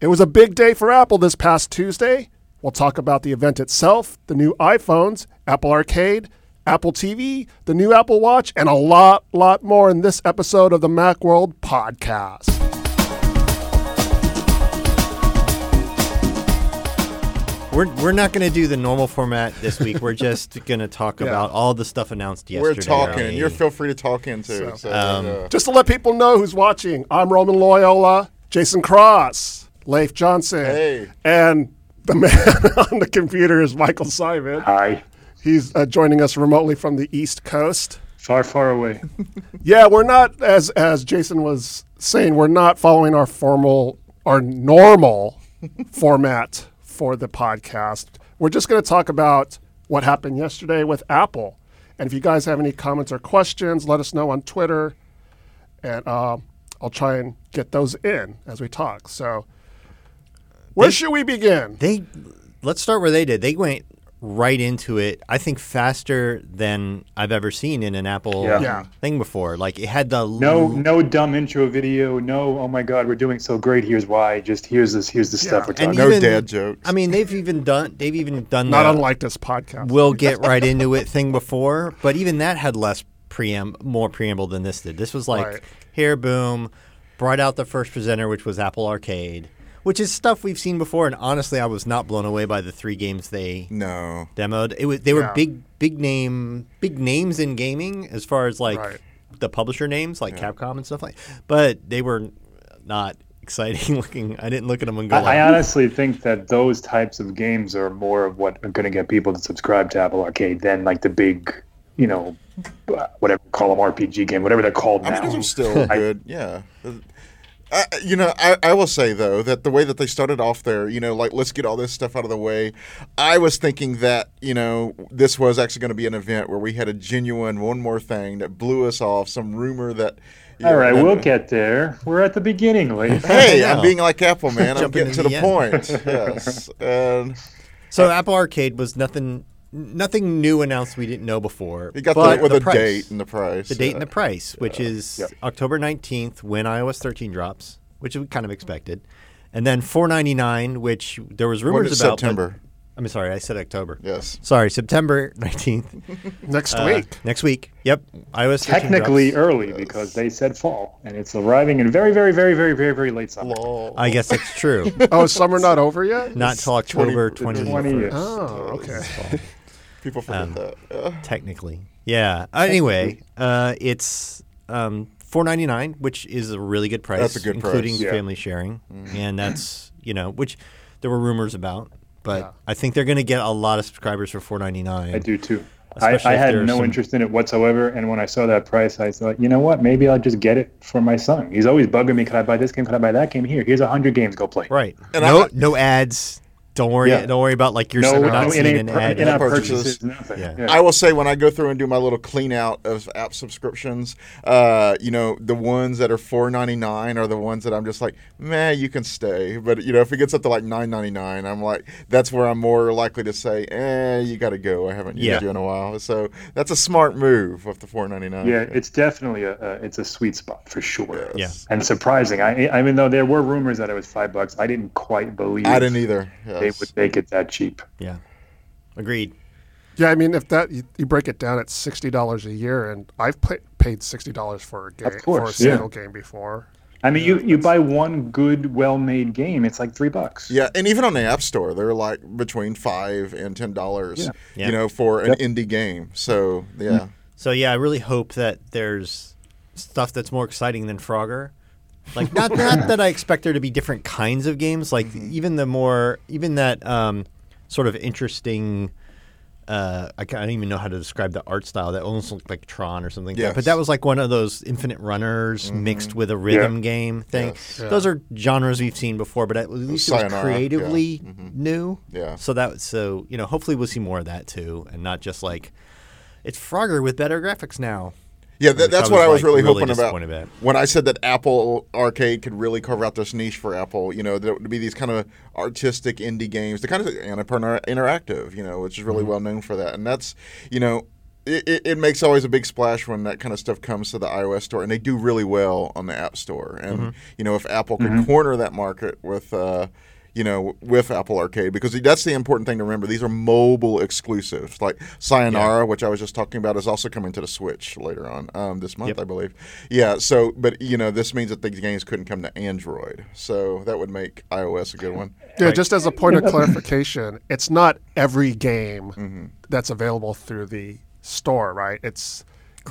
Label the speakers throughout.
Speaker 1: It was a big day for Apple this past Tuesday. We'll talk about the event itself, the new iPhones, Apple Arcade, Apple TV, the new Apple Watch, and a lot, lot more in this episode of the Macworld podcast.
Speaker 2: We're, we're not going to do the normal format this week. We're just going to talk about all the stuff announced yesterday. Um,
Speaker 3: We're talking,
Speaker 2: Ronnie.
Speaker 3: and you're feel free to talk in too. So, uh,
Speaker 1: Just to let people know who's watching, I'm Roman Loyola, Jason Cross, Leif Johnson,
Speaker 3: Hey.
Speaker 1: and the man on the computer is Michael Simon.
Speaker 4: Hi.
Speaker 1: He's uh, joining us remotely from the East Coast.
Speaker 4: Far, far away.
Speaker 1: Yeah, we're not as as Jason was saying, we're not following our formal our normal format for the podcast. We're just going to talk about what happened yesterday with Apple. And if you guys have any comments or questions, let us know on Twitter, and uh, I'll try and get those in as we talk. So, where should we begin?
Speaker 2: They let's start where they did. They went right into it. I think faster than I've ever seen in an Apple
Speaker 4: Yeah.
Speaker 1: Yeah.
Speaker 2: thing before. Like it had the
Speaker 4: No, no dumb intro video. No, oh my God, we're doing so great. Here's why. Just here's this. Here's the stuff
Speaker 1: Yeah.
Speaker 4: we're
Speaker 2: and
Speaker 4: talking.
Speaker 3: No
Speaker 4: about.
Speaker 2: even-
Speaker 3: dad jokes.
Speaker 2: I mean, they've even done. They've even done
Speaker 1: Not
Speaker 2: the,
Speaker 1: unlike this podcast.
Speaker 2: we'll get right into it thing before, but even that had less preamb more preamble than this did. This was like
Speaker 1: Right.
Speaker 2: here boom, brought out the first presenter which was Apple Arcade, which is stuff we've seen before and honestly I was not blown away by the three games they
Speaker 3: no.
Speaker 2: demoed. It was they were
Speaker 1: Yeah.
Speaker 2: big big name big names in gaming as far as like
Speaker 1: Right.
Speaker 2: the publisher names like Capcom and stuff like. But they were not exciting looking. I didn't look at them and go like,
Speaker 4: I, I honestly think that those types of games are more of what are going to get people to subscribe to Apple Arcade than like the big, you know, whatever you call them RPG game, whatever they're called
Speaker 3: I mean,
Speaker 4: now.
Speaker 3: those are still good. Yeah. I, you know, I, I will say though that the way that they started off there, you know, like let's get all this stuff out of the way. I was thinking that you know this was actually going to be an event where we had a genuine one more thing that blew us off. Some rumor that. you
Speaker 4: All
Speaker 3: know,
Speaker 4: right,
Speaker 3: that-
Speaker 4: we'll get there. We're at the beginning, Lee.
Speaker 3: Hey,
Speaker 2: No.
Speaker 3: I'm being like Apple, man. I'm
Speaker 2: Jumping
Speaker 3: getting
Speaker 2: to
Speaker 3: to
Speaker 2: the
Speaker 3: the point. Yes. And
Speaker 2: So Apple Arcade was nothing nothing new announced we didn't know before.
Speaker 3: you got
Speaker 2: but
Speaker 3: the, with
Speaker 2: the
Speaker 3: a
Speaker 2: price.
Speaker 3: date and the price.
Speaker 2: the date and
Speaker 3: yeah.
Speaker 2: the price, which is
Speaker 4: Yep.
Speaker 2: October 19th when iOS 13 drops, which we kind of expected. And then 4.99, which there was rumors
Speaker 3: is
Speaker 2: about but-
Speaker 3: September?
Speaker 2: I'm sorry, I said October.
Speaker 3: Yes.
Speaker 2: Sorry, September 19th.
Speaker 1: Next
Speaker 2: uh,
Speaker 1: week.
Speaker 2: Next week. Yep. iOS 13
Speaker 4: Technically
Speaker 2: drops.
Speaker 4: early because they said fall, and it's arriving in very, very, very, very, very, very late summer.
Speaker 2: I guess that's true.
Speaker 1: Oh, is summer not over yet?
Speaker 2: Not till October
Speaker 3: 20
Speaker 2: 20th.
Speaker 4: 20
Speaker 1: Oh, okay.
Speaker 3: People forget that. Yeah.
Speaker 2: Technically, yeah. Uh, Anyway, uh, it's um, four ninety nine, which is a really good price.
Speaker 3: That's a good price.
Speaker 2: including
Speaker 4: Yeah. Mm-hmm.
Speaker 2: family sharing, and that's you know which there were rumors about, but I think they're going to get a lot of subscribers for four ninety
Speaker 4: I
Speaker 2: nine.
Speaker 4: do too. I,
Speaker 2: Especially
Speaker 4: I
Speaker 2: if
Speaker 4: had
Speaker 2: there's
Speaker 4: no
Speaker 2: some-
Speaker 4: interest in it whatsoever, and when I saw that price, I thought, you know what? Maybe I'll just get it for my son. He's always bugging me. Can I buy this game? Can I buy that game? Here, here's a hundred games. Go play.
Speaker 2: Right.
Speaker 3: And
Speaker 2: no,
Speaker 3: I-
Speaker 2: no ads. Don't worry.
Speaker 4: Yeah.
Speaker 2: Don't worry about like you're
Speaker 4: No,
Speaker 2: not
Speaker 4: no
Speaker 2: seeing
Speaker 4: in-app
Speaker 2: an
Speaker 4: pur-
Speaker 2: ad.
Speaker 4: in-app
Speaker 3: Purchases.
Speaker 4: purchases. Nothing.
Speaker 2: Yeah.
Speaker 4: Yeah.
Speaker 3: I will say when I go through and do my little clean out of app subscriptions, uh, you know, the ones that are four ninety nine are the ones that I'm just like, meh, you can stay. But you know, if it gets up to like nine ninety nine, I'm like, that's where I'm more likely to say, eh, you got to go. I haven't used
Speaker 2: Yeah.
Speaker 3: you in a while, so that's a smart move of the four ninety nine.
Speaker 4: Yeah, it's definitely a, a it's a sweet spot for sure.
Speaker 2: Yeah.
Speaker 4: And surprising. I I mean though there were rumors that it was five bucks. I didn't quite believe
Speaker 3: I didn't either.
Speaker 4: they
Speaker 3: Yes.
Speaker 4: would make it that cheap.
Speaker 2: Yeah. Agreed.
Speaker 1: Yeah, I mean, if that you, you break it down, it's sixty dollars a year, and I've pay, paid sixty dollars for a game for a
Speaker 4: course, yeah.
Speaker 1: single game before.
Speaker 4: I mean you, you buy one good, well made game, it's like three bucks.
Speaker 3: Yeah, and even on the App Store, they're like between five and ten dollars.
Speaker 2: Yeah.
Speaker 3: You know, for an indie game. So yeah,
Speaker 2: So yeah, I really hope that there's stuff that's more exciting than Frogger. Like not not that I expect there to be different kinds of games. Like
Speaker 3: Mm-hmm.
Speaker 2: even the more even that um, sort of interesting. Uh, I, ca- I don't even know how to describe the art style that almost looked like Tron or something. Yeah,
Speaker 3: Yes. Mm-hmm.
Speaker 2: But that was like one of those infinite runners mixed with a rhythm game thing. Those are genres we've seen before, but at least it was
Speaker 3: Sayonara, yeah.
Speaker 2: creatively new.
Speaker 3: Mm-hmm. Yeah.
Speaker 2: So that so you know hopefully we'll see more of that too, and not just like it's Frogger with better graphics now.
Speaker 3: yeah, that,
Speaker 2: Which
Speaker 3: that's what I was
Speaker 2: like,
Speaker 3: really, hoping about.
Speaker 2: disappointed about.
Speaker 3: When I said that Apple Arcade could really carve out this niche for Apple, you know, there would be these kind of artistic indie games, the kind of Annapurna Interactive, you know, which is really well known for that, and that's you know. it, it, it makes always a big splash when that kind of stuff comes to the iOS store, and they do really well on the App Store. And you know, if Apple could corner that market with, uh, you know, with Apple Arcade, because that's the important thing to remember. These are mobile exclusives, like Sayonara, which I was just talking about, is also coming to the Switch later on um, this month, I believe. Yeah. So, but you know, this means that these games couldn't come to Android, so that would make iOS a good one.
Speaker 1: Yeah, just as a point of clarification, it's not every game that's available through the store, right? It's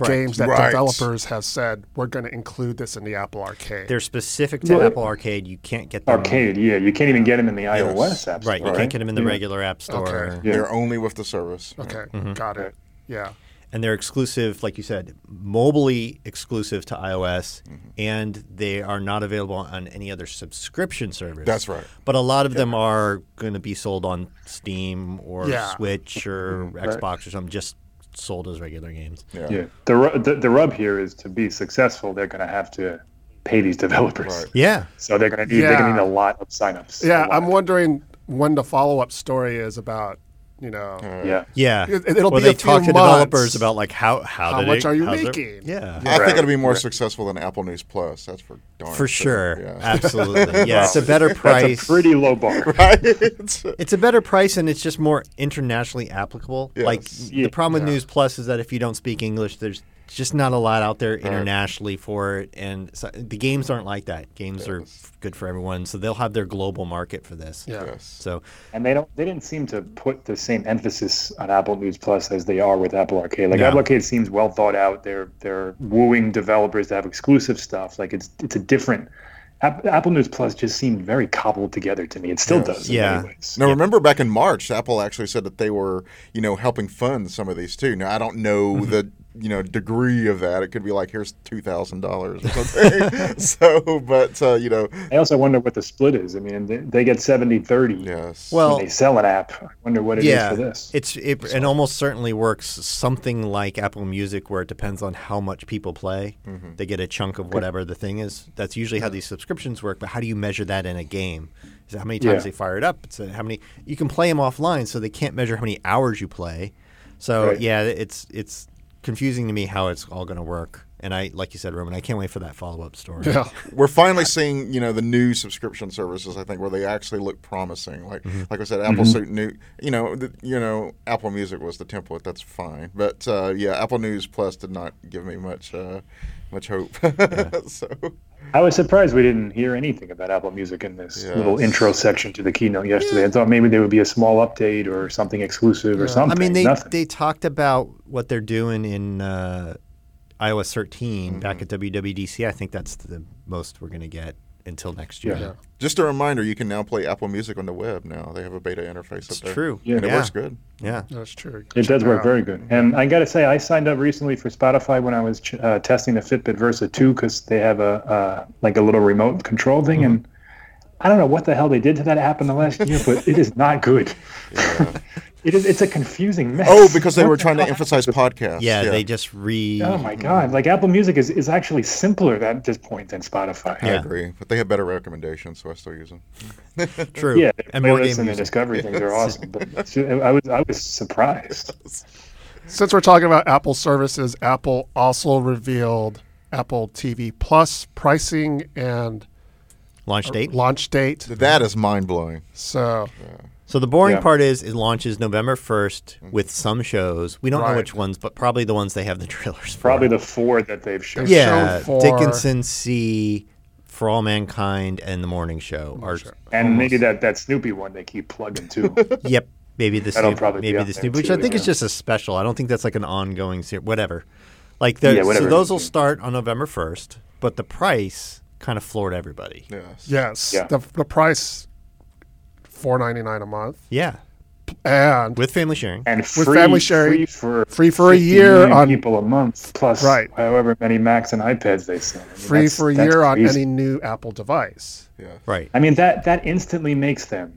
Speaker 1: games that
Speaker 3: Right.
Speaker 1: developers have said we're going to include this in the Apple Arcade.
Speaker 2: They're specific to
Speaker 4: Well-
Speaker 2: Apple Arcade. You can't get them
Speaker 4: Arcade, yeah, you can't even get them in the iOS app.
Speaker 2: right. You
Speaker 4: Store,
Speaker 2: can't get them in the
Speaker 4: Yeah.
Speaker 2: regular App Store.
Speaker 1: Okay.
Speaker 4: Yeah.
Speaker 3: They're only with the service.
Speaker 1: okay, got it. Yeah.
Speaker 2: and they're exclusive, like you said, mobilely exclusive to iOS,
Speaker 3: Mm-hmm.
Speaker 2: and they are not available on any other subscription service.
Speaker 3: That's right.
Speaker 2: But a lot of them are going to be sold on Steam or
Speaker 1: Yeah.
Speaker 2: Switch or Xbox or something, just sold as regular games.
Speaker 3: Yeah.
Speaker 4: Yeah. The, ru- the the rub here is to be successful, they're going to have to pay these developers.
Speaker 3: Right.
Speaker 2: Yeah.
Speaker 4: So they're going to need they're going
Speaker 1: Yeah.
Speaker 4: to need a lot of signups.
Speaker 1: Yeah,
Speaker 4: A lot.
Speaker 1: I'm wondering when the follow up story is about, you know,
Speaker 4: yeah.
Speaker 2: Yeah.
Speaker 1: It- it'll
Speaker 2: Where
Speaker 1: be
Speaker 2: they
Speaker 1: a few
Speaker 2: talk to developers
Speaker 1: months.
Speaker 2: about like how how,
Speaker 1: How
Speaker 2: did
Speaker 1: much
Speaker 2: it-
Speaker 1: are you
Speaker 2: how's it-
Speaker 1: making?
Speaker 2: yeah.
Speaker 3: I think
Speaker 4: Right.
Speaker 3: it'll be more successful than Apple News Plus. That's for darn
Speaker 2: For sure.
Speaker 3: Yeah.
Speaker 2: Absolutely. Yeah. It's a better price.
Speaker 4: That's a pretty low bar.
Speaker 3: Right?
Speaker 2: It's a better price and it's just more internationally applicable.
Speaker 3: Yes.
Speaker 2: Like
Speaker 4: Yeah.
Speaker 2: the problem with News Plus is that if you don't speak English, there's just not a lot out there internationally for it, and so, the games aren't like that. Games are f- good for everyone, so they'll have their global market for this.
Speaker 1: Yeah.
Speaker 3: yes.
Speaker 2: So
Speaker 4: And they don't they didn't seem to put the same emphasis on Apple News Plus as they are with Apple Arcade. Like
Speaker 2: No.
Speaker 4: Apple Arcade seems well thought out. They're they're wooing developers to have exclusive stuff. Like it's it's a different App, Apple News Plus just seemed very cobbled together to me. It still does in
Speaker 2: Yeah.
Speaker 4: many ways.
Speaker 3: Now remember back in March, Apple actually said that they were, you know, helping fund some of these too. Now I don't know the, you know, degree of that. It could be like here's two thousand dollars or something. so, but uh, you know,
Speaker 4: I also wonder what the split is. I mean, they, they get 70 30
Speaker 3: yes,
Speaker 2: well,
Speaker 4: when they sell an app. I wonder what it is
Speaker 2: yeah,
Speaker 4: for this.
Speaker 2: it's it and almost certainly works something like Apple Music, where it depends on how much people play.
Speaker 4: Mm-hmm.
Speaker 2: They get a chunk of whatever the thing is. That's usually how these subscriptions work. But how do you measure that in a game? Is it how many times
Speaker 4: Yeah.
Speaker 2: they fire it up? It's uh, how many you can play them offline, so they can't measure how many hours you play. So
Speaker 4: Right.
Speaker 2: yeah, it's it's confusing to me how it's all going to work. And I, like you said, Roman, I can't wait for that follow up story.
Speaker 1: Yeah.
Speaker 3: we're finally seeing you know the new subscription services. I think where they actually look promising. Like like I said, Apple Suit new. You know, the, you know, Apple Music was the template. That's fine. But uh, yeah, Apple News Plus did not give me much uh, much hope. so
Speaker 4: I was surprised we didn't hear anything about Apple Music in this
Speaker 3: Yeah.
Speaker 4: little intro section to the keynote yesterday. I thought maybe there would be a small update or something exclusive or something.
Speaker 2: I mean, they,
Speaker 4: Nothing.
Speaker 2: they talked about what they're doing in uh, iOS 13 back
Speaker 4: Mm-hmm.
Speaker 2: at WWDC. I think that's the most we're going to get until next year.
Speaker 4: Yeah.
Speaker 3: just a reminder, you can now play Apple Music on the web. Now they have a beta interface.
Speaker 2: It's
Speaker 3: up there.
Speaker 2: true.
Speaker 4: Yeah.
Speaker 3: and it
Speaker 2: Yeah.
Speaker 3: works good.
Speaker 2: Yeah.
Speaker 1: That's true.
Speaker 4: It does work
Speaker 1: out.
Speaker 4: very good. And I got to say, I signed up recently for Spotify when I was ch- uh, testing the Fitbit Versa 2 because they have a uh, like a little remote control
Speaker 2: Mm-hmm.
Speaker 4: thing. And I don't know what the hell they did to that app in the last year, but it is not good. it is. It's a confusing mess.
Speaker 3: Oh, because they were trying to emphasize podcasts.
Speaker 2: Yeah, they just re.
Speaker 4: Oh my god! Like Apple Music is, is actually simpler at this point than Spotify.
Speaker 3: I agree, but they have better recommendations, so I still use them.
Speaker 2: True.
Speaker 4: Yeah, the
Speaker 2: and more
Speaker 4: playlists
Speaker 2: game
Speaker 4: and the
Speaker 2: music.
Speaker 4: discovery things are awesome. But it's- I was I was surprised.
Speaker 1: Since we're talking about Apple services, Apple also revealed Apple TV Plus pricing and
Speaker 2: Launch date.
Speaker 1: launch date.
Speaker 3: That is mind blowing.
Speaker 1: So
Speaker 2: So the boring
Speaker 4: Yeah.
Speaker 2: part is it launches November 1st with some shows. We don't
Speaker 1: Right.
Speaker 2: know which ones, but probably the ones they have the trailers for.
Speaker 4: Probably the four that they've shown.
Speaker 2: Yeah.
Speaker 1: show for-
Speaker 2: Dickinson C. For All Mankind and The Morning Show are
Speaker 4: and maybe that, that Snoopy one they keep plugging too.
Speaker 2: Yep. Maybe the
Speaker 4: That'll
Speaker 2: Snoop,
Speaker 4: probably be
Speaker 2: maybe
Speaker 4: up
Speaker 2: the
Speaker 4: there
Speaker 2: Snoop, which
Speaker 4: too,
Speaker 2: I think is
Speaker 4: yeah.
Speaker 2: just a special. I don't think that's like an ongoing series. Whatever. Like the,
Speaker 4: Yeah,
Speaker 2: so
Speaker 4: whatever.
Speaker 2: those will start on November first, but the price kind of floored everybody. Yeah.
Speaker 3: Yes.
Speaker 1: yes,
Speaker 4: Yeah.
Speaker 1: the the price four ninety nine a month and
Speaker 2: With family sharing.
Speaker 4: and free,
Speaker 1: family sharing,
Speaker 4: free for
Speaker 1: free for a
Speaker 4: 50
Speaker 1: year
Speaker 4: million
Speaker 1: on-
Speaker 4: people a month plus
Speaker 1: Right.
Speaker 4: however many Macs and iPads they sell. I mean,
Speaker 1: free
Speaker 4: that's-
Speaker 1: for a
Speaker 4: that's
Speaker 1: year on
Speaker 4: crazy.
Speaker 1: any new Apple device.
Speaker 3: Yes.
Speaker 2: Right.
Speaker 4: I mean that that instantly makes them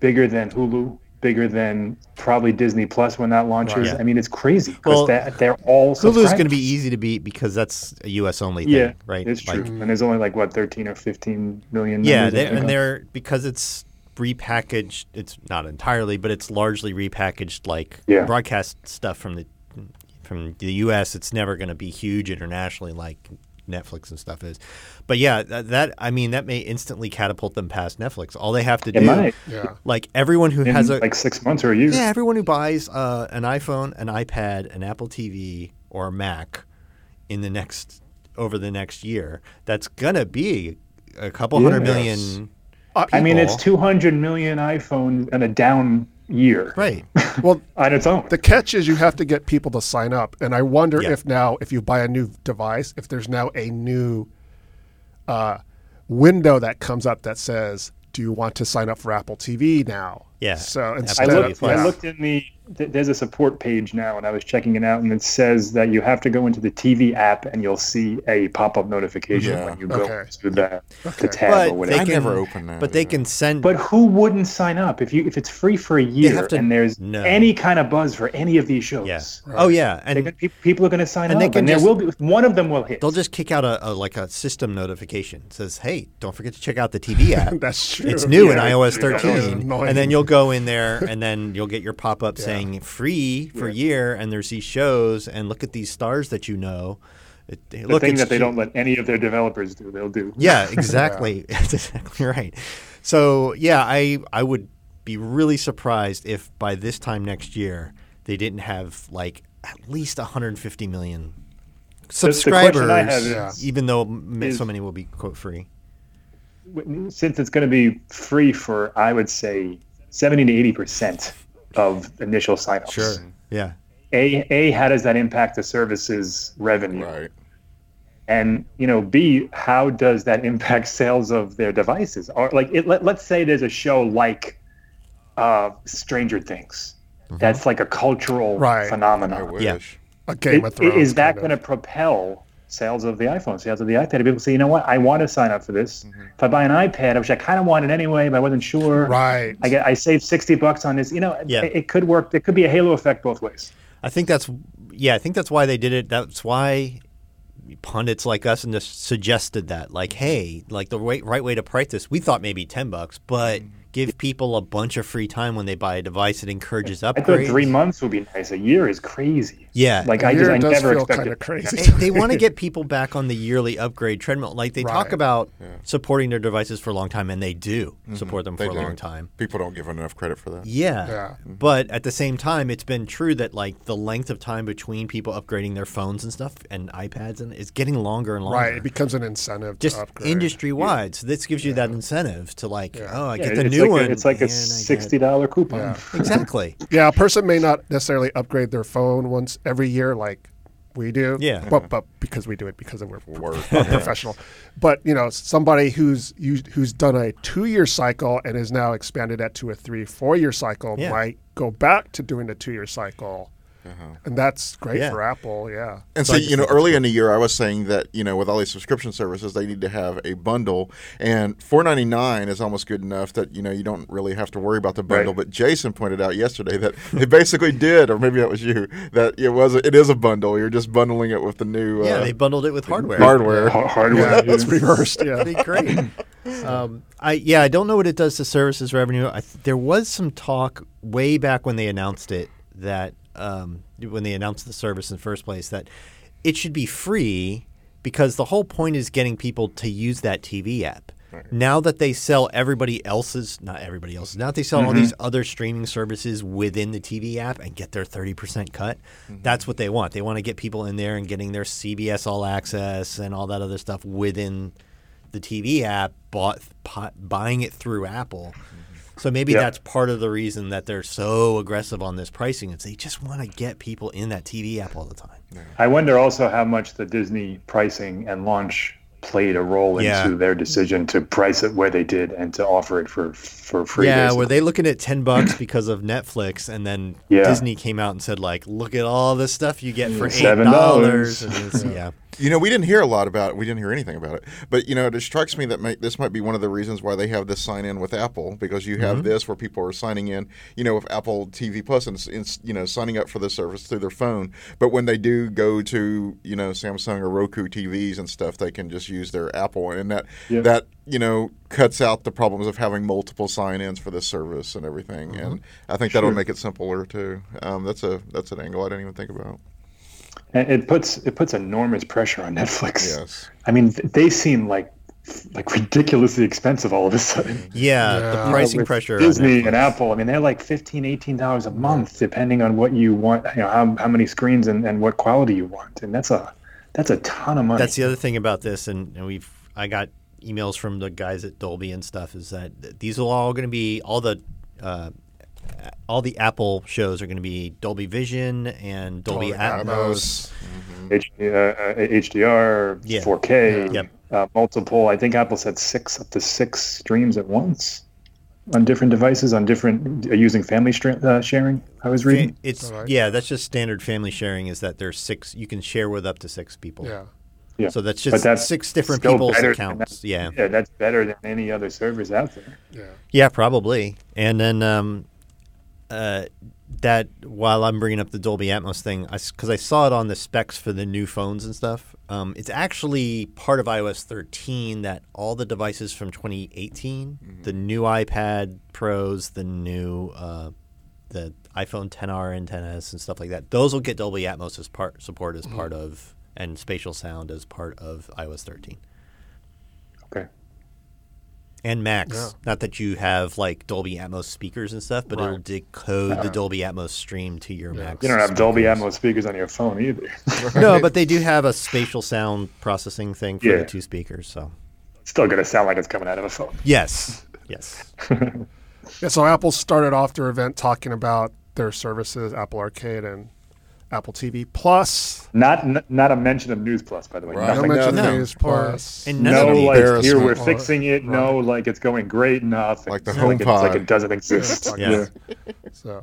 Speaker 4: bigger than Hulu, bigger than probably Disney Plus when that launches.
Speaker 2: Yeah.
Speaker 4: I mean it's crazy
Speaker 2: Well,
Speaker 4: because that they're all
Speaker 2: Hulu's
Speaker 4: subscribers.
Speaker 2: going to be easy to beat because that's a U.S. only thing,
Speaker 4: yeah
Speaker 2: right?
Speaker 4: It's true,
Speaker 2: Like,
Speaker 4: and there's only like what 13 or 15 million.
Speaker 2: yeah,
Speaker 4: members, I
Speaker 2: they,
Speaker 4: think.
Speaker 2: and they're because it's repackaged. It's not entirely, but it's largely repackaged, like
Speaker 4: Yeah.
Speaker 2: broadcast stuff from the from the U.S. It's never going to be huge internationally like Netflix and stuff is. But yeah, that, that I mean that may instantly catapult them past Netflix. All they have to
Speaker 4: It
Speaker 2: do,
Speaker 4: might.
Speaker 1: Yeah.
Speaker 2: like everyone who
Speaker 4: in
Speaker 2: has a
Speaker 4: like six months or a year.
Speaker 2: yeah, everyone who buys uh, an iPhone, an iPad, an Apple TV, or a Mac in the next over the next year, that's gonna be a couple hundred
Speaker 4: Yes.
Speaker 2: million.
Speaker 1: Uh,
Speaker 4: I mean, it's
Speaker 2: people.
Speaker 4: 200 million iPhones in a down year
Speaker 2: right.
Speaker 1: Well,
Speaker 4: on its own.
Speaker 1: the catch is you have to get people to sign up, and I wonder
Speaker 2: Yeah.
Speaker 1: if now, if you buy a new device, if there's now a new uh, window that comes up that says, "Do you want to sign up for Apple TV now?"
Speaker 2: Yeah.
Speaker 1: So
Speaker 2: Apple
Speaker 1: instead,
Speaker 4: I
Speaker 2: Instead
Speaker 4: looked,
Speaker 1: of,
Speaker 4: I
Speaker 1: yeah.
Speaker 4: looked in the, th- there's a support page now, and I was checking it out, and it says that you have to go into the TV app and you'll see a pop up notification
Speaker 3: Yeah.
Speaker 4: when you go
Speaker 1: Okay.
Speaker 4: to the,
Speaker 1: Okay.
Speaker 4: the tab or
Speaker 2: But they
Speaker 4: whatever.
Speaker 3: I
Speaker 2: can,
Speaker 3: never open that,
Speaker 2: But they
Speaker 3: yeah.
Speaker 2: can send.
Speaker 4: But who wouldn't sign up if you if it's free for a year
Speaker 2: have to-
Speaker 4: and there's
Speaker 2: No.
Speaker 4: any kind of buzz for any of these shows?
Speaker 2: yeah. Oh yeah,
Speaker 4: They're
Speaker 2: and
Speaker 4: gonna- pe- people are going to sign
Speaker 2: And
Speaker 4: up,
Speaker 2: they can
Speaker 4: and
Speaker 2: just-
Speaker 4: there will be one of them will hit.
Speaker 2: they'll just kick out a, a like a system notification It says, "Hey, don't forget to check out the TV app.
Speaker 1: That's true.
Speaker 2: it's new in
Speaker 1: Yeah.
Speaker 2: iOS
Speaker 1: Yeah, that was
Speaker 2: 13."
Speaker 1: annoying.
Speaker 2: And then you'll go in there, and then you'll get your pop up saying "free for a year," and there's these shows, and look at these stars that you know. It,
Speaker 4: the
Speaker 2: look,
Speaker 4: thing
Speaker 2: it's
Speaker 4: that they
Speaker 2: cheap.
Speaker 4: don't let any of their developers do, they'll do.
Speaker 2: Yeah, exactly. That's exactly right. So yeah, I I would be really surprised if by this time next year they didn't have like at least 150 million
Speaker 4: the question I have
Speaker 2: subscribers,
Speaker 1: is-
Speaker 2: even though m
Speaker 4: is-
Speaker 2: so many will be quote free.
Speaker 4: since it's going to be free for I would say 70 to 80 percent of initial signups.
Speaker 2: Yeah.
Speaker 4: A A how does that impact the services revenue?
Speaker 3: Right.
Speaker 4: And you know B how does that impact sales of their devices? Or like it, let, let's say there's a show like uh, Stranger Things. That's like a cultural
Speaker 1: Mm-hmm. Right.
Speaker 3: I
Speaker 4: phenomenon.
Speaker 3: wish.
Speaker 2: Yeah.
Speaker 1: a Game
Speaker 4: It-
Speaker 1: of Thrones.
Speaker 4: is that
Speaker 1: kind
Speaker 4: going to propel sales of the iPhone, sales of the iPad? People say, you know what, I want to sign up for this.
Speaker 1: Mm-hmm.
Speaker 4: If I buy an iPad, which I kind of wanted anyway, but I wasn't sure.
Speaker 1: of- right?
Speaker 4: I get I saved sixty bucks on this. You know,
Speaker 2: Yeah.
Speaker 4: it, it could work. It could be a halo effect both ways.
Speaker 2: I think that's yeah. I think that's why they did it. That's why pundits like us and just suggested that,
Speaker 4: Mm-hmm.
Speaker 2: like, hey, like the right, right way to price this. We thought maybe ten bucks,
Speaker 4: Mm-hmm.
Speaker 2: but give people a bunch of free time when they buy a device. It encourages
Speaker 4: I thought
Speaker 2: upgrades.
Speaker 4: three months would be nice. A year is crazy.
Speaker 2: Yeah.
Speaker 4: like
Speaker 1: A
Speaker 4: I just
Speaker 1: year
Speaker 4: I
Speaker 1: does
Speaker 4: never
Speaker 1: feel
Speaker 4: expected.
Speaker 1: kinda crazy.
Speaker 2: they, they want to get people back on the yearly upgrade treadmill. Like they talk
Speaker 1: Right.
Speaker 2: about supporting their devices for a long time, and they do
Speaker 4: Mm-hmm.
Speaker 2: support them for
Speaker 3: They
Speaker 2: a
Speaker 3: do.
Speaker 2: long time.
Speaker 3: People don't give enough credit for that.
Speaker 2: Yeah.
Speaker 1: Yeah.
Speaker 2: But at the same time, it's been true that like the length of time between people upgrading their phones and stuff and iPads and is getting longer and longer.
Speaker 1: Right, it becomes an incentive
Speaker 2: Just
Speaker 1: to upgrade.
Speaker 2: industry wide. So this gives you that incentive to like, oh, I
Speaker 4: Yeah,
Speaker 2: get the
Speaker 4: it's
Speaker 2: new
Speaker 4: like
Speaker 2: one.
Speaker 4: A, it's like a
Speaker 2: and I get-
Speaker 4: sixty dollar coupon.
Speaker 2: Exactly.
Speaker 1: Yeah, a person may not necessarily upgrade their phone once every year, like we do.
Speaker 2: Yeah.
Speaker 1: but, but because we do it because we're
Speaker 3: Work.
Speaker 1: professional. But you know, somebody who's used, who's done a two year cycle and is now expanded that to a three four year cycle
Speaker 2: Yeah.
Speaker 1: might go back to doing a two year cycle, and that's great
Speaker 2: Uh-huh. Yeah.
Speaker 1: for Apple. Yeah,
Speaker 3: And
Speaker 2: So
Speaker 3: so,
Speaker 2: I just
Speaker 3: you know,
Speaker 2: think it's
Speaker 3: early in the year, I was saying that you know, with all these subscription services, they need to have a bundle, and four ninety nine is almost good enough that you know you don't really have to worry about the bundle.
Speaker 4: Right.
Speaker 3: But Jason pointed out yesterday that they basically did, or maybe that was you, that it was it is a bundle. You're just bundling it with the new
Speaker 2: Yeah,
Speaker 3: uh,
Speaker 2: they bundled it with hardware.
Speaker 3: hardware.
Speaker 4: Har- Hardware.
Speaker 1: yeah, it's reversed. Yeah,
Speaker 2: That'd be great. um, I yeah, I don't know what it does to services revenue. I, th- there was some talk way back when they announced it that um, when they announced the service in the first place that it should be free because the whole point is getting people to use that TV app. Now that they sell everybody else's, not everybody else's, now that they sell all these other streaming services within the TV app and get their 30% cut, that's what they want. They want to get people in there and getting their CBS All Access and all that other stuff within the TV app, bought pot, buying it through Apple. So maybe
Speaker 4: Yeah.
Speaker 2: that's part of the reason that they're so aggressive on this pricing. Is they just want to get people in that TV app all the time.
Speaker 4: I wonder also how much the Disney pricing and launch played a role
Speaker 2: Yeah.
Speaker 4: into their decision to price it where they did and to offer it for for free.
Speaker 2: yeah,
Speaker 4: basically.
Speaker 2: were they looking at ten bucks because of Netflix, and then
Speaker 4: Yeah.
Speaker 2: Disney came out and said like, "Look at all the stuff you get for eight
Speaker 4: $7.
Speaker 2: dollars." yeah,
Speaker 3: You know, we didn't hear a lot about it. We didn't hear anything about it. But you know, it strikes me that may, this might be one of the reasons why they have this sign in with Apple because you
Speaker 2: Mm-hmm.
Speaker 3: have this where people are signing in, you know, with Apple TV Plus and, s- and s- you know signing up for the service through their phone. But when they do go to you know Samsung or Roku TVs and stuff, they can just use their Apple, and that
Speaker 4: Yeah.
Speaker 3: that you know cuts out the problems of having multiple sign-ins for this service and
Speaker 2: Mm-hmm.
Speaker 3: everything. And I think that'll make it simpler too. Um, that's a that's an angle I didn't even think about.
Speaker 4: And it puts it puts enormous pressure on Netflix.
Speaker 3: Yes.
Speaker 4: I mean, th- they seem like like ridiculously expensive all of a sudden.
Speaker 2: Yeah,
Speaker 1: Yeah.
Speaker 2: the pricing
Speaker 4: Uh, With
Speaker 2: pressure. on
Speaker 4: Disney and
Speaker 2: Netflix.
Speaker 4: Apple. I mean, they're like 15 dollars a month, depending on what you want. You know, how, how many screens and, and what quality you want, and that's a that's a ton of money.
Speaker 2: That's e the other thing about this, and, and we've I got emails from the guys at Dolby and stuff is that th- these are all going to be all the uh, all the Apple shows are going to be Dolby Vision and Dolby, Atmos.
Speaker 4: H- uh, uh, HDR,
Speaker 2: Yeah.
Speaker 4: 4K,
Speaker 2: Yep.
Speaker 4: uh, multiple. I think Apple said six up to six streams at once on different devices on different uh, using family stra- uh, sharing. I was reading.
Speaker 2: It's
Speaker 1: All right.
Speaker 2: yeah, that's just standard family sharing. Is that there's six you can share with up to six people.
Speaker 1: Yeah.
Speaker 4: Yeah.
Speaker 2: So that's
Speaker 4: But
Speaker 2: just
Speaker 4: that's
Speaker 2: six different
Speaker 4: still
Speaker 2: people's
Speaker 4: better than
Speaker 2: accounts.
Speaker 4: that.
Speaker 2: Yeah.
Speaker 4: yeah, that's better than any other servers out there.
Speaker 1: Yeah.
Speaker 2: Yeah, probably. And then um, uh, that while I'm bringing up the Dolby Atmos thing, because I, saw it on the specs for the new phones and stuff. Um, it's actually part of iOS 13 that all the devices from 2018, the new iPad Pros, the new uh, the iPhone 10R and 10s and stuff like that, those will get Dolby Atmos as part support as part
Speaker 4: Mm-hmm.
Speaker 2: of and spatial sound as part of iOS 13
Speaker 4: Okay.
Speaker 2: and Max.
Speaker 1: Yeah.
Speaker 2: Not that you have like Dolby Atmos speakers and stuff, but it'll
Speaker 1: Right.
Speaker 2: decode the Dolby Atmos stream to your Max.
Speaker 4: Uh-huh. You don't have Dolby Atmos speakers on your phone either.
Speaker 2: No, but they do have a spatial sound processing thing for
Speaker 4: Yeah.
Speaker 2: the two speakers. So
Speaker 4: Still going to sound like it's coming out of a phone.
Speaker 2: yes, yes,
Speaker 1: Yeah, so Apple started off their event talking about their services, Apple Arcade and Apple TV Plus.
Speaker 4: Not n- not a mention of News Plus, by the way.
Speaker 3: Right.
Speaker 1: No
Speaker 4: Nothing.
Speaker 3: No,
Speaker 1: mention of
Speaker 2: no.
Speaker 1: News
Speaker 2: Or-
Speaker 1: Plus.
Speaker 2: and none
Speaker 4: No,
Speaker 2: of the
Speaker 4: like here we're
Speaker 1: Embarrassment.
Speaker 4: fixing it. No, like it's going great. Nothing.
Speaker 3: Like the
Speaker 4: It's like, it's
Speaker 3: HomePod.
Speaker 4: like it doesn't exist.
Speaker 1: Yeah.
Speaker 2: yeah.
Speaker 1: So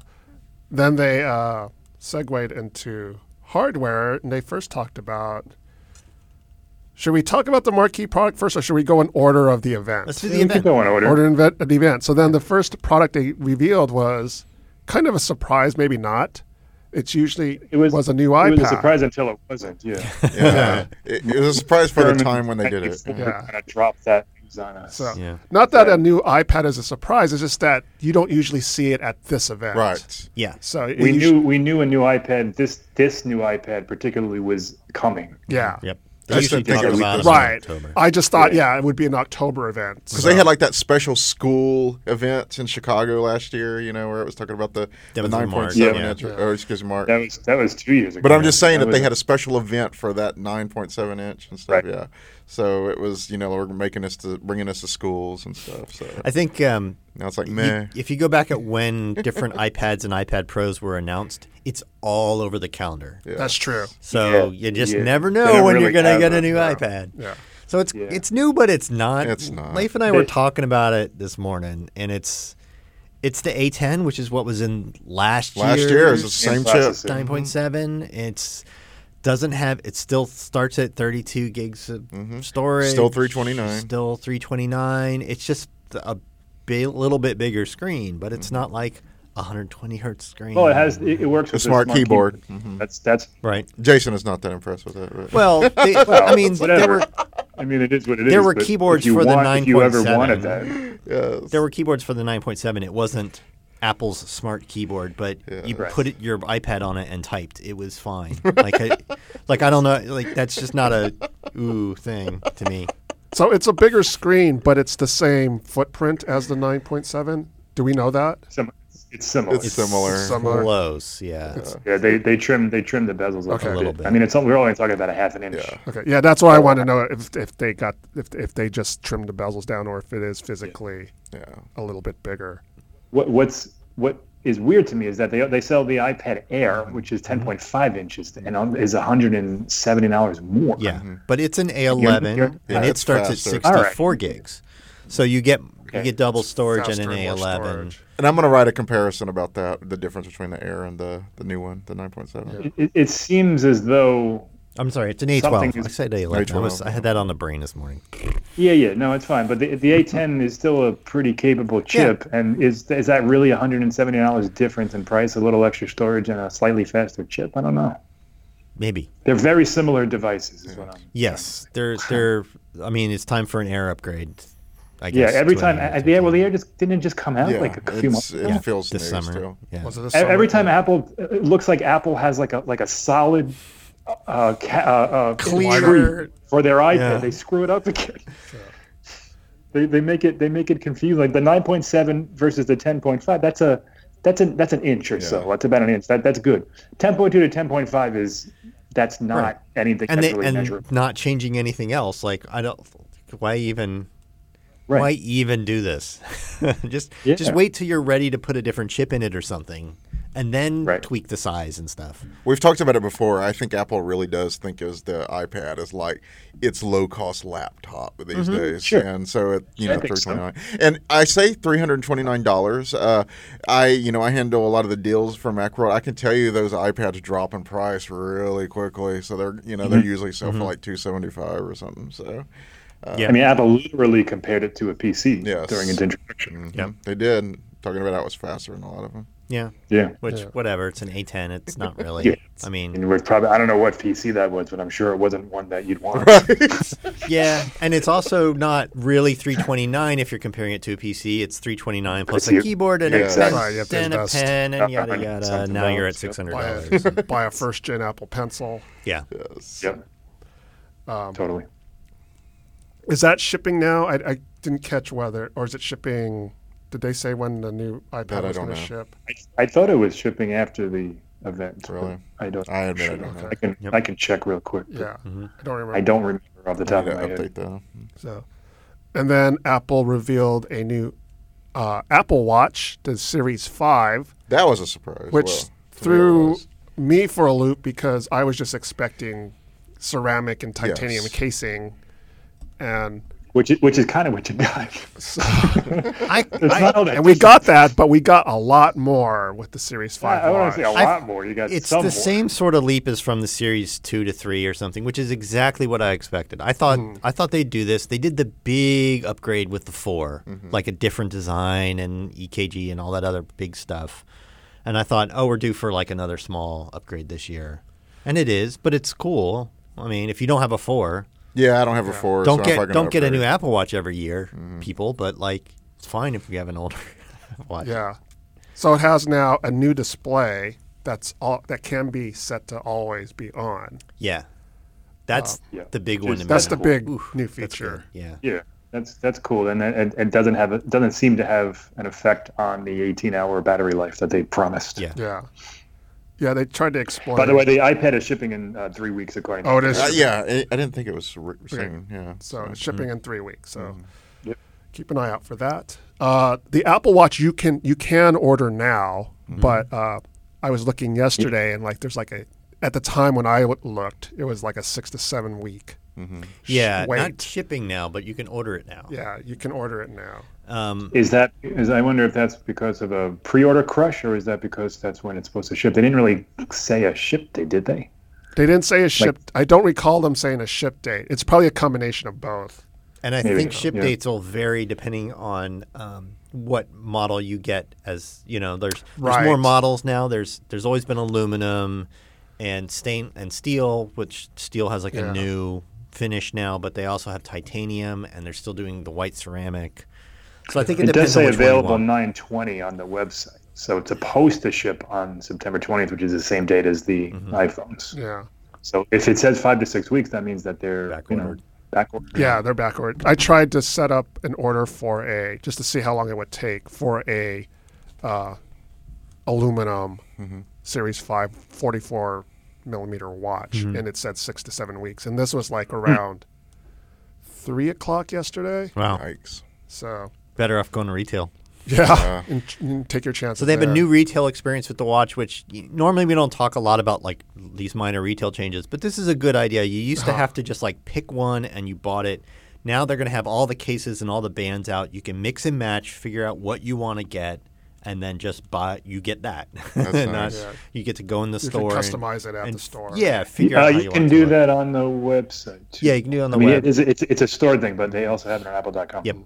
Speaker 1: then they uh, segued into hardware, and they first talked about. Should we talk about the marquee product first, or should we go in order of the event?
Speaker 2: Let's do
Speaker 4: Yeah,
Speaker 2: the
Speaker 4: we could
Speaker 2: event.
Speaker 4: go in order.
Speaker 1: order an event, an event. So then the first product they revealed was kind of a surprise, maybe not. It's usually it was, a new iPad.
Speaker 4: It was a surprise until it wasn't. Yeah.
Speaker 3: Yeah. it, it was a surprise for the
Speaker 4: German
Speaker 3: time when they did it.
Speaker 4: executive
Speaker 1: Yeah.
Speaker 4: kind of dropped that news on us.
Speaker 1: So
Speaker 2: Yeah.
Speaker 1: not that a new iPad is a surprise. It's just that you don't usually see it at this event.
Speaker 3: Right.
Speaker 2: Yeah,
Speaker 1: So it
Speaker 4: we
Speaker 1: usu-
Speaker 4: knew we knew a new iPad. This this new iPad particularly was coming.
Speaker 1: Yeah.
Speaker 2: yep. They
Speaker 3: That's
Speaker 2: usually
Speaker 3: the thing
Speaker 2: talk
Speaker 3: I leaked
Speaker 2: about
Speaker 3: this
Speaker 2: it in
Speaker 1: Right.
Speaker 2: October.
Speaker 1: I just thought, yeah. it would be an October event.
Speaker 3: Because they had like that special school event in Chicago last year, you know, where it was talking about the,
Speaker 2: That
Speaker 3: the
Speaker 2: was in
Speaker 3: 9.7
Speaker 2: March,
Speaker 4: yeah.
Speaker 3: inch. Or, excuse me, Mark.
Speaker 4: That was that was two years ago.
Speaker 3: But I'm just saying that, they
Speaker 4: was-
Speaker 3: had a special event for that 9.7 inch and stuff.
Speaker 4: Right.
Speaker 3: Yeah. So it was, you know, we're making us to bringing us to schools and stuff. So
Speaker 2: I think um,
Speaker 3: now it's like
Speaker 2: you-
Speaker 3: meh.
Speaker 2: if you go back at when different iPads and iPad Pros were announced, it's all over the calendar.
Speaker 3: Yeah.
Speaker 1: That's true.
Speaker 2: So
Speaker 4: Yeah.
Speaker 2: you just
Speaker 4: Yeah.
Speaker 2: never
Speaker 4: They
Speaker 2: know
Speaker 4: don't
Speaker 2: when
Speaker 4: really
Speaker 2: you're going to
Speaker 4: have
Speaker 2: get
Speaker 4: it,
Speaker 2: a new
Speaker 4: yeah.
Speaker 2: iPad.
Speaker 1: Yeah.
Speaker 2: So it's
Speaker 4: Yeah.
Speaker 2: it's new, but it's not.
Speaker 3: It's not.
Speaker 2: Leif and I were
Speaker 4: They-
Speaker 2: talking about it this morning, and it's it's the A10, which is what was in last year.
Speaker 3: Last year it was the
Speaker 4: Yeah,
Speaker 3: same chip.
Speaker 4: processor.
Speaker 2: nine point seven. It's doesn't have. It still starts at thirty two gigs of storage.
Speaker 3: Still 329.
Speaker 2: Still three twenty nine. It's just a bi- little bit bigger screen, but it's not like a hundred twenty hertz screen.
Speaker 4: Well, it has it, it works
Speaker 3: The
Speaker 4: with
Speaker 3: smart keyboard. Mm-hmm.
Speaker 4: That's that's
Speaker 2: right.
Speaker 3: Jason is not that impressed with that. But.
Speaker 2: Well, they, I mean, there
Speaker 4: whatever.
Speaker 2: were
Speaker 4: I mean, it is what it is.
Speaker 2: There were
Speaker 4: but if
Speaker 2: keyboards
Speaker 4: you
Speaker 2: for the
Speaker 4: want- If you ever
Speaker 2: 9.7.
Speaker 4: wanted that,
Speaker 3: yes.
Speaker 2: there were keyboards for the 9.7. It wasn't Apple's smart keyboard, but you
Speaker 4: Right.
Speaker 2: put it, your iPad on it and typed. It was fine. Like, I, like I don't know. Like that's just not a ooh thing to me.
Speaker 1: So it's a bigger screen, but it's the same footprint as the 9.7. Do we know that?
Speaker 4: some, it's similar.
Speaker 3: It's Similar.
Speaker 1: Similar.
Speaker 2: Close, yeah.
Speaker 4: yeah, they they trim they trim the bezels up
Speaker 1: Okay. A
Speaker 4: a
Speaker 2: little
Speaker 4: little
Speaker 2: bit.
Speaker 4: bit. I mean, it's we're only talking about a half an inch.
Speaker 3: Yeah.
Speaker 1: Okay. Yeah, that's why I want to know if if they got if if they just trimmed the bezels down or if it is physically
Speaker 3: Yeah.
Speaker 1: a little bit bigger.
Speaker 4: What what's what is weird to me is that they they sell the iPad Air, which is 10.5 inches and on, is 170 dollars more.
Speaker 2: yeah, but it's an A11,
Speaker 4: you're-
Speaker 2: and it
Speaker 3: it's
Speaker 2: starts
Speaker 3: faster.
Speaker 2: at
Speaker 4: All right.
Speaker 2: 64 gigs. So you get you
Speaker 4: Okay.
Speaker 2: get double storage and
Speaker 1: Faster,
Speaker 2: an
Speaker 1: more
Speaker 2: A11.
Speaker 1: storage.
Speaker 3: And I'm going to write a comparison about that the difference between the Air and the, the new one, the 9.7.
Speaker 4: It, it, it seems as though
Speaker 2: I'm sorry, it's an
Speaker 4: Something
Speaker 2: A12.
Speaker 4: is-
Speaker 2: I said A11. I, was,
Speaker 3: A12.
Speaker 2: I had that on the brain this morning.
Speaker 4: yeah yeah no it's fine, but the, the A10 is still a pretty capable chip, and is is that really 170 dollars difference in price, a little extra storage, and a slightly faster chip? I don't know.
Speaker 2: Maybe.
Speaker 4: They're very similar devices, is what I'm.
Speaker 2: Yes, they're they're. I mean, it's time for an air upgrade. I
Speaker 4: Yeah,
Speaker 2: guess,
Speaker 4: every
Speaker 2: to
Speaker 4: time.
Speaker 2: an
Speaker 4: I, yeah, well, the air just didn't it just come out
Speaker 3: Yeah.
Speaker 4: like a few
Speaker 3: it's-
Speaker 4: months.
Speaker 3: It
Speaker 4: ago?
Speaker 3: feels
Speaker 2: this
Speaker 3: new
Speaker 2: summer.
Speaker 3: still.
Speaker 2: Yeah.
Speaker 1: Was it a
Speaker 4: E- Every
Speaker 1: summer-
Speaker 4: time Apple, it looks like Apple has like a like a solid uh, ca- uh, uh,
Speaker 1: Clear.
Speaker 4: for their iPad.
Speaker 2: Yeah.
Speaker 4: They screw it up again. They, they make it they make it confusing. Like the 9.7 versus the 10.5. That's a that's an that's an inch or so. That's about an inch. That that's good. 10.2 to 10.5 is that's not
Speaker 2: Right.
Speaker 4: anything
Speaker 2: and
Speaker 4: that's
Speaker 2: they,
Speaker 4: really
Speaker 2: and
Speaker 4: measurable.
Speaker 2: not changing anything else. Like I don't. Why even?
Speaker 4: Right.
Speaker 2: Why even do this? just
Speaker 4: Yeah.
Speaker 2: just wait till you're ready to put a different chip in it or something, and then
Speaker 4: Right.
Speaker 2: tweak the size and stuff.
Speaker 3: We've talked about it before. I think Apple really does think of the iPad as like its low cost laptop these days,
Speaker 4: Mm-hmm. Sure.
Speaker 3: and so it you
Speaker 4: I
Speaker 3: know three
Speaker 4: think so.
Speaker 3: twenty nine. And I say three hundred twenty nine dollars. Uh, I you know I handle a lot of the deals from Macworld. I can tell you those iPads drop in price really quickly, so they're you know they're
Speaker 4: Mm-hmm.
Speaker 3: usually sell for like two seventy five or something. So
Speaker 4: I mean, Apple literally compared it to a PC
Speaker 3: Yes.
Speaker 4: during its introduction.
Speaker 2: Yep.
Speaker 3: they did. Talking about how it's faster than a lot of them.
Speaker 2: Yeah.
Speaker 4: Yeah.
Speaker 2: Which whatever. It's an A10. It's not really.
Speaker 4: Yeah.
Speaker 2: I mean,
Speaker 4: And we're probably I don't know what PC that was, but I'm sure it wasn't one that you'd want.
Speaker 2: yeah, and it's also not really 329 if you're comparing it to a PC. It's 329 plus
Speaker 4: It's
Speaker 2: a
Speaker 4: you-
Speaker 2: keyboard and
Speaker 3: yeah,
Speaker 2: a
Speaker 4: exactly.
Speaker 1: Right, you have
Speaker 2: mouse
Speaker 1: to
Speaker 2: and a
Speaker 1: invest.
Speaker 2: pen and yada
Speaker 4: Something
Speaker 2: yada.
Speaker 4: about
Speaker 2: Now you're at
Speaker 4: it, yeah.
Speaker 2: six hundred
Speaker 1: buy
Speaker 2: dollars.
Speaker 1: a, buy a first gen Apple Pencil. Um,
Speaker 2: yeah.
Speaker 3: Yes.
Speaker 4: yep. totally.
Speaker 1: Is that shipping now? I, I didn't catch whether, or is it shipping? Did they say when the new
Speaker 3: That
Speaker 1: iPad
Speaker 3: I
Speaker 1: was
Speaker 3: don't
Speaker 1: going to
Speaker 3: know.
Speaker 1: ship?
Speaker 4: I, I thought it was shipping after the event. but
Speaker 3: Really?
Speaker 4: I don't.
Speaker 3: I admit I don't know.
Speaker 4: I can I can check real quick. but
Speaker 1: Yeah,
Speaker 3: Mm-hmm.
Speaker 1: I don't remember.
Speaker 4: I don't remember off the
Speaker 3: I
Speaker 4: top
Speaker 3: need
Speaker 4: of
Speaker 3: to
Speaker 4: my head.
Speaker 3: update that.
Speaker 1: So, and then Apple revealed a new uh, Apple Watch, the Series Five,
Speaker 3: That was a surprise.
Speaker 1: which
Speaker 3: Well,
Speaker 1: threw
Speaker 3: was.
Speaker 1: me for a loop because I was just expecting ceramic and titanium
Speaker 3: Yes.
Speaker 1: casing, and
Speaker 4: Which is, which is kind of what you got.
Speaker 1: so,
Speaker 2: I,
Speaker 4: It's
Speaker 2: I-
Speaker 4: not all that
Speaker 1: and we
Speaker 4: different.
Speaker 1: got that, but we got a lot more with the Series Five.
Speaker 4: I, I want
Speaker 1: watch.
Speaker 4: to say a lot more. You got
Speaker 2: it's
Speaker 4: some
Speaker 2: the
Speaker 4: more.
Speaker 2: same sort of leap as from the series two to three or something, which is exactly what I expected. I thought I thought they'd do this. They did the big upgrade with the 4 like a different design and EKG and all that other big stuff. And I thought, oh, we're due for like another small upgrade this year, and it is, but it's cool. I mean, if you don't have a four,
Speaker 3: Yeah, I Uh, don't have a four.
Speaker 2: don't
Speaker 3: so I'm
Speaker 2: get
Speaker 3: probably gonna
Speaker 2: don't get a
Speaker 3: upgrade.
Speaker 2: new Apple Watch every year, people. But like, it's fine if you have an older watch.
Speaker 1: Yeah. So it has now a new display that's all that can be set to always be on.
Speaker 2: Yeah. That's
Speaker 4: Um, Yeah.
Speaker 2: the big
Speaker 4: Which
Speaker 2: one.
Speaker 4: is-
Speaker 2: to me.
Speaker 1: That's the
Speaker 4: Cool.
Speaker 1: big new
Speaker 2: That's good.
Speaker 1: feature.
Speaker 2: Yeah.
Speaker 4: Yeah, that's that's cool, and it, it doesn't have it doesn't seem to have an effect on the 18 hour battery life that they promised.
Speaker 2: Yeah.
Speaker 1: Yeah. Yeah, they tried to explain.
Speaker 4: By the way, the iPad is shipping in uh, three weeks, according.
Speaker 1: Oh, it
Speaker 4: to
Speaker 1: is.
Speaker 3: Uh, yeah, I, I didn't think it was r- soon. Yeah.
Speaker 1: So it's shipping in three weeks. So
Speaker 2: Mm-hmm.
Speaker 4: Yep.
Speaker 1: keep an eye out for that. Uh, the Apple Watch you can you can order now,
Speaker 2: Mm-hmm.
Speaker 1: but uh, I was looking yesterday and like there's like a at the time when I w- looked, it was like a six to seven week.
Speaker 3: Mm-hmm.
Speaker 1: sh-
Speaker 2: Yeah, not
Speaker 1: wait.
Speaker 2: shipping now, but you can order it now.
Speaker 1: yeah, you can order it now.
Speaker 2: Um,
Speaker 4: Is that is I wonder if that's because of a pre-order crush, or is that because that's when it's supposed to ship? They didn't really say a ship date, did they?
Speaker 1: They didn't say a ship. I don't recall them saying a ship date. It's probably a combination of both.
Speaker 2: and I
Speaker 4: Maybe
Speaker 2: think
Speaker 4: so,
Speaker 2: ship
Speaker 4: yeah.
Speaker 2: dates will vary depending on um, what model you get. As you know, there's there's
Speaker 1: Right.
Speaker 2: more models now. There's there's always been aluminum and stain and steel, which steel has like
Speaker 1: Yeah.
Speaker 2: a new finish now, but they also have titanium, and they're still doing the white ceramic. So I think it,
Speaker 4: It does
Speaker 2: depends on
Speaker 4: say
Speaker 2: which one you
Speaker 4: available
Speaker 2: want.
Speaker 4: 920 on the website, so it's supposed to ship on September 20th, which is the same date as the
Speaker 2: Mm-hmm.
Speaker 4: iPhones.
Speaker 1: Yeah.
Speaker 4: So if it says five to six weeks, that means that they're you know,
Speaker 2: Backordered.
Speaker 4: backordered.
Speaker 1: Yeah, they're backward. I tried to set up an order for a just to see how long it would take for a uh, aluminum Series 5 44 millimeter watch, and it said six to seven weeks. And this was like around three o'clock yesterday.
Speaker 2: Wow,
Speaker 3: Yikes. Uh,
Speaker 1: So
Speaker 2: better off going to retail.
Speaker 1: yeah, and, and take your chances.
Speaker 2: So they have a
Speaker 1: there.
Speaker 2: new retail experience with the watch, which y- normally we don't talk a lot about like these minor retail changes, but this is a good idea. You used
Speaker 4: Uh-huh.
Speaker 2: to have to just like pick one and you bought it. Now they're going to have all the cases and all the bands out. You can mix and match, figure out what you want to get, and then just buy. You get that. Not-
Speaker 3: nice.
Speaker 1: Yeah.
Speaker 2: You get to go in the
Speaker 1: You can
Speaker 2: store.
Speaker 1: customize it at the store.
Speaker 2: Yeah, figure
Speaker 4: Uh,
Speaker 2: out. how
Speaker 4: you,
Speaker 2: you
Speaker 4: can
Speaker 2: want it to
Speaker 4: do
Speaker 2: look.
Speaker 4: that on the website. too.
Speaker 2: Yeah, you can do it on the
Speaker 4: I mean,
Speaker 2: web,
Speaker 4: it is, it's it's a store thing, but they also have it on Apple.com.
Speaker 2: Yep.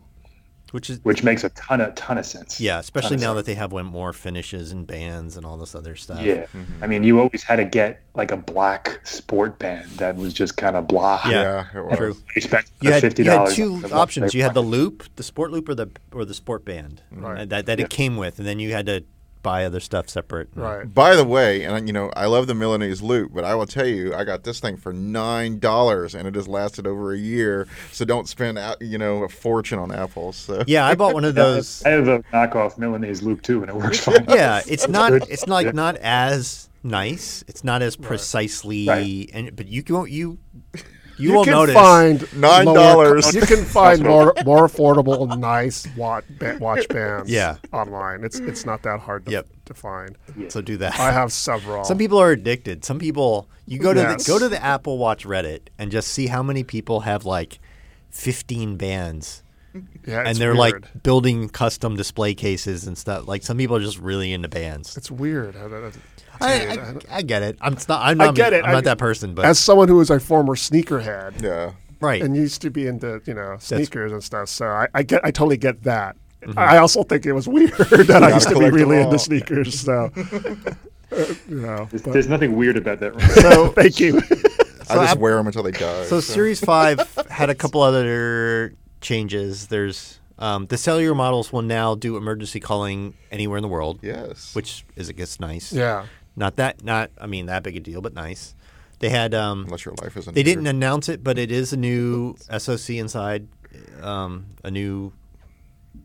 Speaker 2: which is
Speaker 4: Which makes a ton of ton of sense.
Speaker 2: yeah, especially
Speaker 4: Kinda
Speaker 2: now
Speaker 4: sucks.
Speaker 2: that they have one more finishes and bands and all this other stuff.
Speaker 4: Yeah.
Speaker 2: Mm-hmm.
Speaker 4: I mean, you always had to get like a black sport band that was just kind of blah.
Speaker 2: Yeah,
Speaker 3: Yeah, it was.
Speaker 2: true.
Speaker 4: You spent
Speaker 2: you had,
Speaker 4: fifty
Speaker 2: you had
Speaker 4: dollars.
Speaker 2: two options. You had the loop, the sport loop, or the or the sport band
Speaker 1: Right.
Speaker 2: uh, that, that it came with, and then you had to buy other stuff separate.
Speaker 1: Right.
Speaker 3: By the way, and you know, I love the Milanese loop, but I will tell you, I got this thing for nine dollars, and it has lasted over a year. So don't spend, out- you know, a fortune on apples. So
Speaker 2: Yeah, I bought one of those.
Speaker 4: I have a knockoff Milanese loop too, and it works fine.
Speaker 2: Yeah, it's not.
Speaker 4: good.
Speaker 2: It's like not as nice. It's not as precisely.
Speaker 4: Right.
Speaker 2: And but you can you you,
Speaker 1: You
Speaker 2: will
Speaker 1: can
Speaker 2: notice.
Speaker 1: find
Speaker 3: Nine
Speaker 1: lower-
Speaker 3: dollars.
Speaker 1: You can find more more affordable, nice watch, watch bands.
Speaker 2: Yeah.
Speaker 1: online. It's it's not that hard to,
Speaker 2: Yep.
Speaker 1: to find.
Speaker 2: So do that.
Speaker 1: I have several.
Speaker 2: Some people are addicted. Some people you go to
Speaker 1: Yes.
Speaker 2: the, go to the Apple Watch Reddit and just see how many people have like 15 bands
Speaker 1: yeah, it's
Speaker 2: and they're
Speaker 1: weird.
Speaker 2: like building custom display cases and stuff. Like some people are just really into bands.
Speaker 1: it's weird. I, don't-
Speaker 2: I,
Speaker 1: I
Speaker 2: I,
Speaker 1: don't-
Speaker 2: I get it. I'm not. I'm
Speaker 1: I
Speaker 2: not,
Speaker 1: get it.
Speaker 2: I'm not
Speaker 1: I-
Speaker 2: that person, but
Speaker 1: as someone who is a former sneakerhead,
Speaker 3: yeah.
Speaker 2: right.
Speaker 1: and used to be into you know sneakers and stuff. So I, I get I totally get that.
Speaker 2: Mm-hmm.
Speaker 1: I also think it was weird that I used to be
Speaker 3: collect them
Speaker 1: really into
Speaker 3: all.
Speaker 1: sneakers. So uh, you know,
Speaker 4: There's,
Speaker 1: but-
Speaker 4: there's nothing weird about that.
Speaker 1: so thank you.
Speaker 3: I just
Speaker 2: I-
Speaker 3: wear them until they die.
Speaker 2: So,
Speaker 3: so.
Speaker 2: Series 5 had a couple other changes. There's um, the cellular models will now do emergency calling anywhere in the world.
Speaker 3: Yes.
Speaker 2: Which is, I guess, nice.
Speaker 1: yeah,
Speaker 2: Not that, not, I mean, that big a deal, but nice. They had, um,
Speaker 3: unless your life isn't.
Speaker 2: they didn't announce it, but it is a new SoC inside, um, a new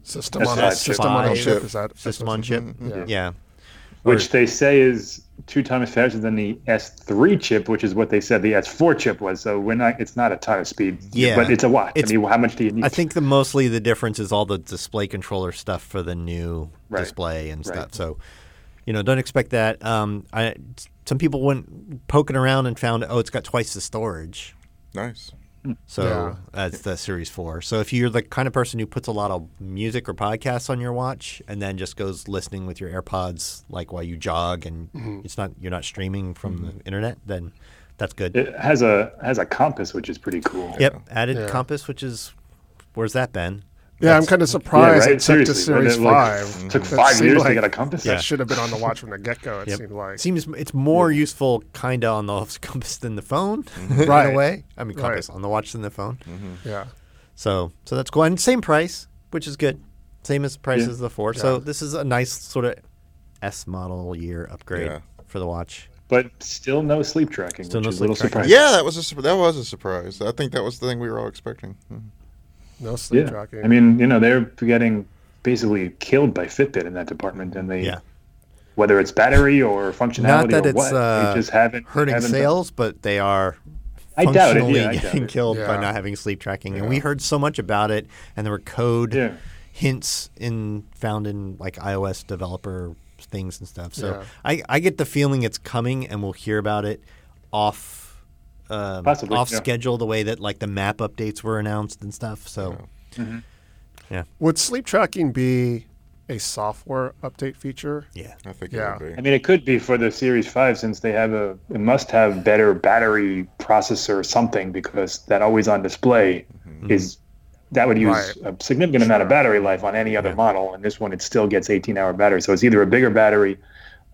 Speaker 1: system on
Speaker 4: That's
Speaker 1: system on a
Speaker 2: five.
Speaker 1: chip. Is that
Speaker 2: system on chip.
Speaker 1: Yeah.
Speaker 2: Yeah.
Speaker 4: which they say is two times faster than the S3 chip, which is what they said the S4 chip was. So we're not. It's not a ton of speed.
Speaker 2: Yeah.
Speaker 4: but it's a watch.
Speaker 2: It's-
Speaker 4: I mean, how much do you need?
Speaker 2: I think the mostly the difference is all the display controller stuff for the new
Speaker 4: Right.
Speaker 2: display and
Speaker 4: Right.
Speaker 2: stuff. So, you know, don't expect that. Um, I some people went poking around and found oh, it's got twice the storage.
Speaker 3: Nice.
Speaker 1: Yeah.
Speaker 2: So that's the Series Four. So if you're the kind of person who puts a lot of music or podcasts on your watch and then just goes listening with your AirPods like while you jog and it's not you're not streaming from the internet, then that's good.
Speaker 4: it has a has a compass, which is pretty cool.
Speaker 2: Yep, added
Speaker 1: Yeah.
Speaker 2: compass, which is where's that been?
Speaker 1: Yeah, I'm kind of
Speaker 4: Yeah,
Speaker 1: surprised it took to Series
Speaker 4: When it, like,
Speaker 1: Five.
Speaker 4: Took
Speaker 1: That
Speaker 4: five
Speaker 1: seemed
Speaker 4: years to
Speaker 1: like
Speaker 4: get a compass.
Speaker 1: That should have been on the watch from the get go. It
Speaker 2: Yep.
Speaker 1: seemed like
Speaker 2: seems it's more useful kind of on the compass than the phone in
Speaker 4: Mm-hmm.
Speaker 1: Right.
Speaker 2: a way. I mean compass
Speaker 1: Right.
Speaker 2: on the watch than the phone.
Speaker 1: yeah,
Speaker 2: So so that's cool and same price, which is good. Same as the price
Speaker 4: Yeah.
Speaker 2: as the four. So this is a nice sort of S model year upgrade
Speaker 3: Yeah.
Speaker 2: for the watch.
Speaker 4: but still no sleep tracking,
Speaker 2: Still
Speaker 4: which
Speaker 2: no
Speaker 4: is a
Speaker 2: sleep
Speaker 4: little
Speaker 2: tracking.
Speaker 4: surprising.
Speaker 3: Yeah, that was a sur- that was a surprise. I think that was the thing we were all expecting. Mhm.
Speaker 1: no sleep
Speaker 4: yeah.
Speaker 1: tracking.
Speaker 4: I mean, you know, they're getting basically killed by Fitbit in that department, and they,
Speaker 2: Yeah.
Speaker 4: whether it's battery or functionality
Speaker 2: Not that
Speaker 4: or
Speaker 2: it's
Speaker 4: what,
Speaker 2: uh,
Speaker 4: they just haven't
Speaker 2: hurting
Speaker 4: haven't-
Speaker 2: sales, but they are
Speaker 4: I doubt it.
Speaker 2: functionally
Speaker 4: Yeah, I doubt
Speaker 2: getting
Speaker 4: it.
Speaker 2: killed by
Speaker 1: Yeah.
Speaker 2: not having sleep tracking. And we heard so much about it, and there were code
Speaker 4: Yeah.
Speaker 2: hints in found in like iOS developer things and stuff. So
Speaker 1: Yeah.
Speaker 2: I, I get the feeling it's coming, and we'll hear about it off um,
Speaker 4: Possibly,
Speaker 2: off
Speaker 4: yeah.
Speaker 2: schedule the way that like the map updates were announced and stuff. So
Speaker 1: Would sleep tracking be a software update feature?
Speaker 2: yeah,
Speaker 3: I think
Speaker 1: Yeah.
Speaker 3: it would
Speaker 4: I
Speaker 3: be.
Speaker 4: mean, it could be for the Series 5 since they have a, it must have better battery processor or something because that always on display
Speaker 2: Mm-hmm.
Speaker 4: is, that would use a significant amount of battery life on any other model. And this one, it still gets 18 hour battery. So it's either a bigger battery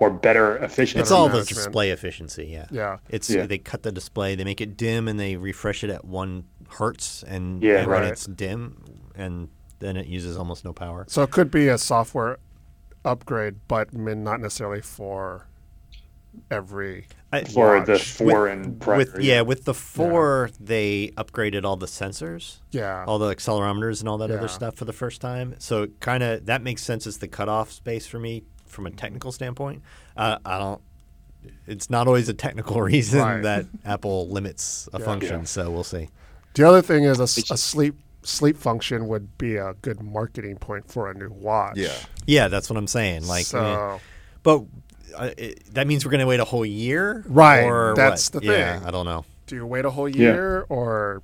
Speaker 4: or better efficiency.
Speaker 2: it's all the
Speaker 1: management.
Speaker 2: display efficiency. Yeah,
Speaker 1: Yeah.
Speaker 2: It's
Speaker 4: Yeah.
Speaker 2: they cut the display, they make it dim, and they refresh it at one hertz, and,
Speaker 4: Yeah,
Speaker 2: and
Speaker 4: right.
Speaker 2: when it's dim, and then it uses almost no power.
Speaker 1: So it could be a software upgrade, but I mean, not necessarily for every.
Speaker 2: I-
Speaker 4: for the
Speaker 1: watch.
Speaker 4: foreign primary.
Speaker 2: with yeah, with the four, they upgraded all the sensors,
Speaker 1: Yeah.
Speaker 4: Oh.
Speaker 2: all the accelerometers, and all that
Speaker 1: Yeah.
Speaker 2: other stuff for the first time. So kind of that makes sense as the cutoff space for me from a technical standpoint. Uh, I don't. It's not always a technical reason
Speaker 1: Right.
Speaker 2: that Apple limits a function,
Speaker 4: Yeah.
Speaker 2: so we'll see.
Speaker 1: The other thing is a, s- a sleep sleep function would be a good marketing point for a new watch.
Speaker 3: Yeah.
Speaker 2: Yeah, that's what I'm saying. Like,
Speaker 1: so
Speaker 2: eh, but uh, it, that means we're going to wait a whole year,
Speaker 1: Right,
Speaker 2: Or
Speaker 1: that's
Speaker 2: what?
Speaker 1: the
Speaker 2: Yeah,
Speaker 1: thing.
Speaker 2: I don't know.
Speaker 1: do you wait a whole
Speaker 4: Yeah.
Speaker 1: year or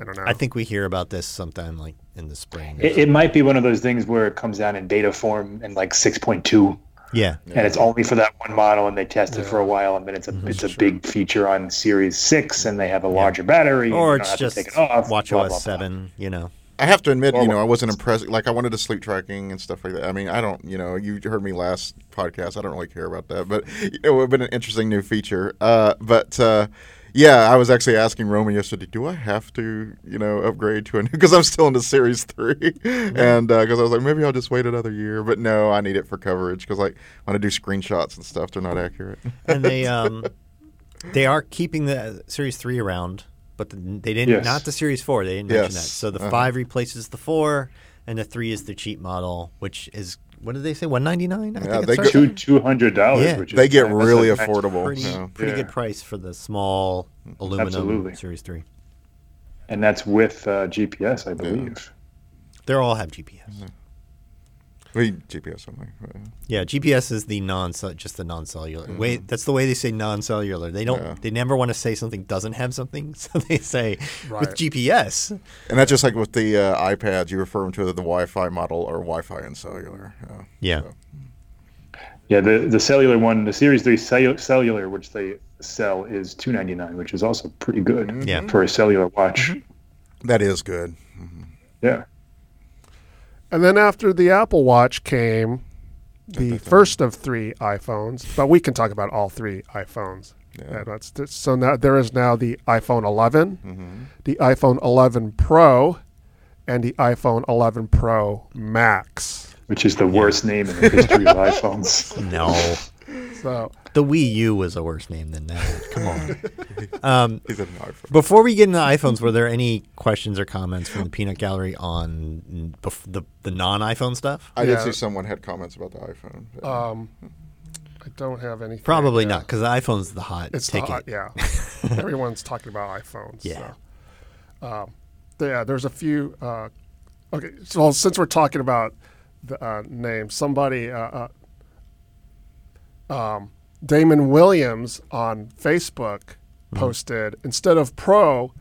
Speaker 1: I don't know.
Speaker 2: I think we hear about this sometime, like in the spring.
Speaker 4: It, it might be one of those things where it comes down in beta form in like 6.2.
Speaker 2: yeah, Mm-hmm.
Speaker 4: and it's only for that one model and they test it for a while and then it's a it's a big feature on series 6 and they have a larger battery and
Speaker 2: or
Speaker 4: you don't
Speaker 2: it's
Speaker 4: have to
Speaker 2: just
Speaker 4: take it off,
Speaker 2: watch
Speaker 4: blah,
Speaker 2: OS
Speaker 4: blah, blah.
Speaker 2: seven. You know.
Speaker 3: I have to admit, you
Speaker 4: Normal.
Speaker 3: know, I wasn't impressed. Like I wanted the sleep tracking and stuff like that. I mean, I don't, you know, you heard me last podcast. I don't really care about that, but you know, it would have been an interesting new feature. Uh, but uh, Yeah, I was actually asking Roman yesterday, do I have to, you know, upgrade to a new? Because I'm still into Series Three, and because I was like, maybe I'll just wait another year. But no, I need it for coverage because like when I do screenshots and stuff, they're not accurate.
Speaker 2: and they um, they are keeping the series three around, but the, they didn't
Speaker 4: Yes.
Speaker 2: not the series four. They didn't mention
Speaker 3: Yes.
Speaker 2: that. So the
Speaker 3: Uh-huh.
Speaker 2: five replaces the four, and the three is the cheap model, which is what did they say? One ninety nine.
Speaker 3: Yeah, they go-
Speaker 4: Two two hundred dollars,
Speaker 2: Yeah.
Speaker 4: which is
Speaker 3: they get
Speaker 4: that's a
Speaker 3: really
Speaker 4: nice-
Speaker 3: affordable.
Speaker 2: pretty
Speaker 3: yeah.
Speaker 2: pretty
Speaker 4: Yeah.
Speaker 2: good price for the small aluminum
Speaker 4: Absolutely.
Speaker 2: series three.
Speaker 4: and that's with uh, GPS, I believe.
Speaker 2: They all have
Speaker 3: Mm-hmm.
Speaker 2: GPS.
Speaker 3: I mean, GPS only. but-
Speaker 2: Yeah, GPS is the non just the non cellular. Wait, that's the way they say non cellular. They don't.
Speaker 3: Mm-hmm. Yeah.
Speaker 2: They never want to say something doesn't have something, so they say
Speaker 1: Right.
Speaker 2: with GPS.
Speaker 3: And that's just like with the uh, iPads, you refer them to the Wi-Fi model or Wi-Fi and cellular. Yeah.
Speaker 2: Yeah.
Speaker 4: Yeah, the the cellular one, the Series Three cellu- cellular, which they sell, is two ninety nine, which is also pretty good
Speaker 2: Yeah.
Speaker 4: for a cellular watch.
Speaker 2: Mm-hmm.
Speaker 3: That is good.
Speaker 4: Yeah,
Speaker 1: And then after the Apple Watch came the first of three iPhones, but we can talk about all three iPhones. And that's that's- so now there is now the iPhone 11, the iPhone 11 Pro, and the iPhone 11 Pro Max.
Speaker 4: which is the worst name in the history of iPhones.
Speaker 2: No.
Speaker 1: So
Speaker 2: The Wii U was a worse name than that. Come on.
Speaker 3: He's an iPhone.
Speaker 2: Before we get into iPhones, were there any questions or comments from the peanut gallery on n- bef- the the non iPhone stuff?
Speaker 3: I
Speaker 1: Yeah.
Speaker 3: did see someone had comments about the iPhone. but-
Speaker 1: um, I don't have anything.
Speaker 2: Probably not, because the iPhone's the hot
Speaker 1: It's
Speaker 2: ticket.
Speaker 1: not, yeah. Everyone's talking about iPhones.
Speaker 2: Yeah.
Speaker 1: So. Yeah, there's a few. Uh, okay, so since we're talking about the uh, name, somebody, uh, uh, um, Damon Williams on Facebook
Speaker 3: Mm-hmm.
Speaker 1: posted instead of Pro,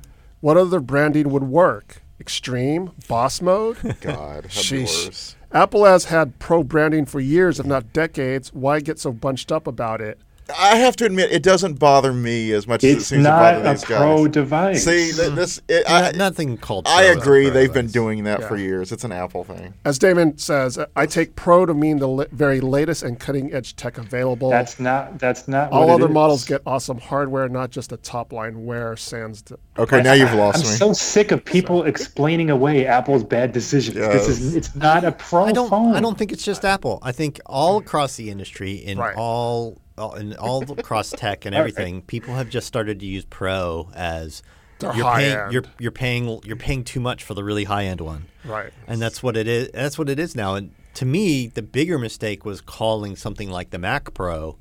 Speaker 1: what other branding would work? Extreme, Boss Mode?
Speaker 3: God, that'd be
Speaker 1: Sheesh.
Speaker 3: worse.
Speaker 1: Apple has had pro branding for years, if not decades. Why get so bunched up about it?
Speaker 3: I have to admit, it doesn't bother me as much as it
Speaker 4: It's
Speaker 3: seems to
Speaker 4: not
Speaker 3: bother
Speaker 4: a
Speaker 3: these
Speaker 4: pro
Speaker 3: guys.
Speaker 4: device.
Speaker 3: See, th- this it, I,
Speaker 2: Not- Uh, Nothing called. Pro
Speaker 3: I
Speaker 2: is a
Speaker 3: agree.
Speaker 2: pro
Speaker 3: They've been
Speaker 2: device.
Speaker 3: doing that for
Speaker 1: Yeah.
Speaker 3: years. It's an Apple thing.
Speaker 1: As Damon says, I take pro to mean the li- very latest and cutting edge tech available.
Speaker 4: that's not that's not
Speaker 1: All
Speaker 4: what it
Speaker 1: other
Speaker 4: is.
Speaker 1: models get awesome hardware, not just the top line wear sans. d
Speaker 3: Okay, now you've lost
Speaker 4: I'm
Speaker 3: me.
Speaker 4: so sick of people explaining away Apple's bad decisions. This is it's not a pro
Speaker 2: I don't.
Speaker 4: phone.
Speaker 2: I don't think it's just Apple. I think all across the industry, in
Speaker 1: Right.
Speaker 2: all, all in all across tech and everything, people have just started to use Pro as
Speaker 1: They're
Speaker 2: you're
Speaker 1: high
Speaker 2: paying.
Speaker 1: end.
Speaker 2: You're you're paying. You're paying too much for the really high end one.
Speaker 1: Right.
Speaker 4: Mm-hmm.
Speaker 2: and that's what it is. That's what it is now. And to me, the bigger mistake was calling something like the Mac Pro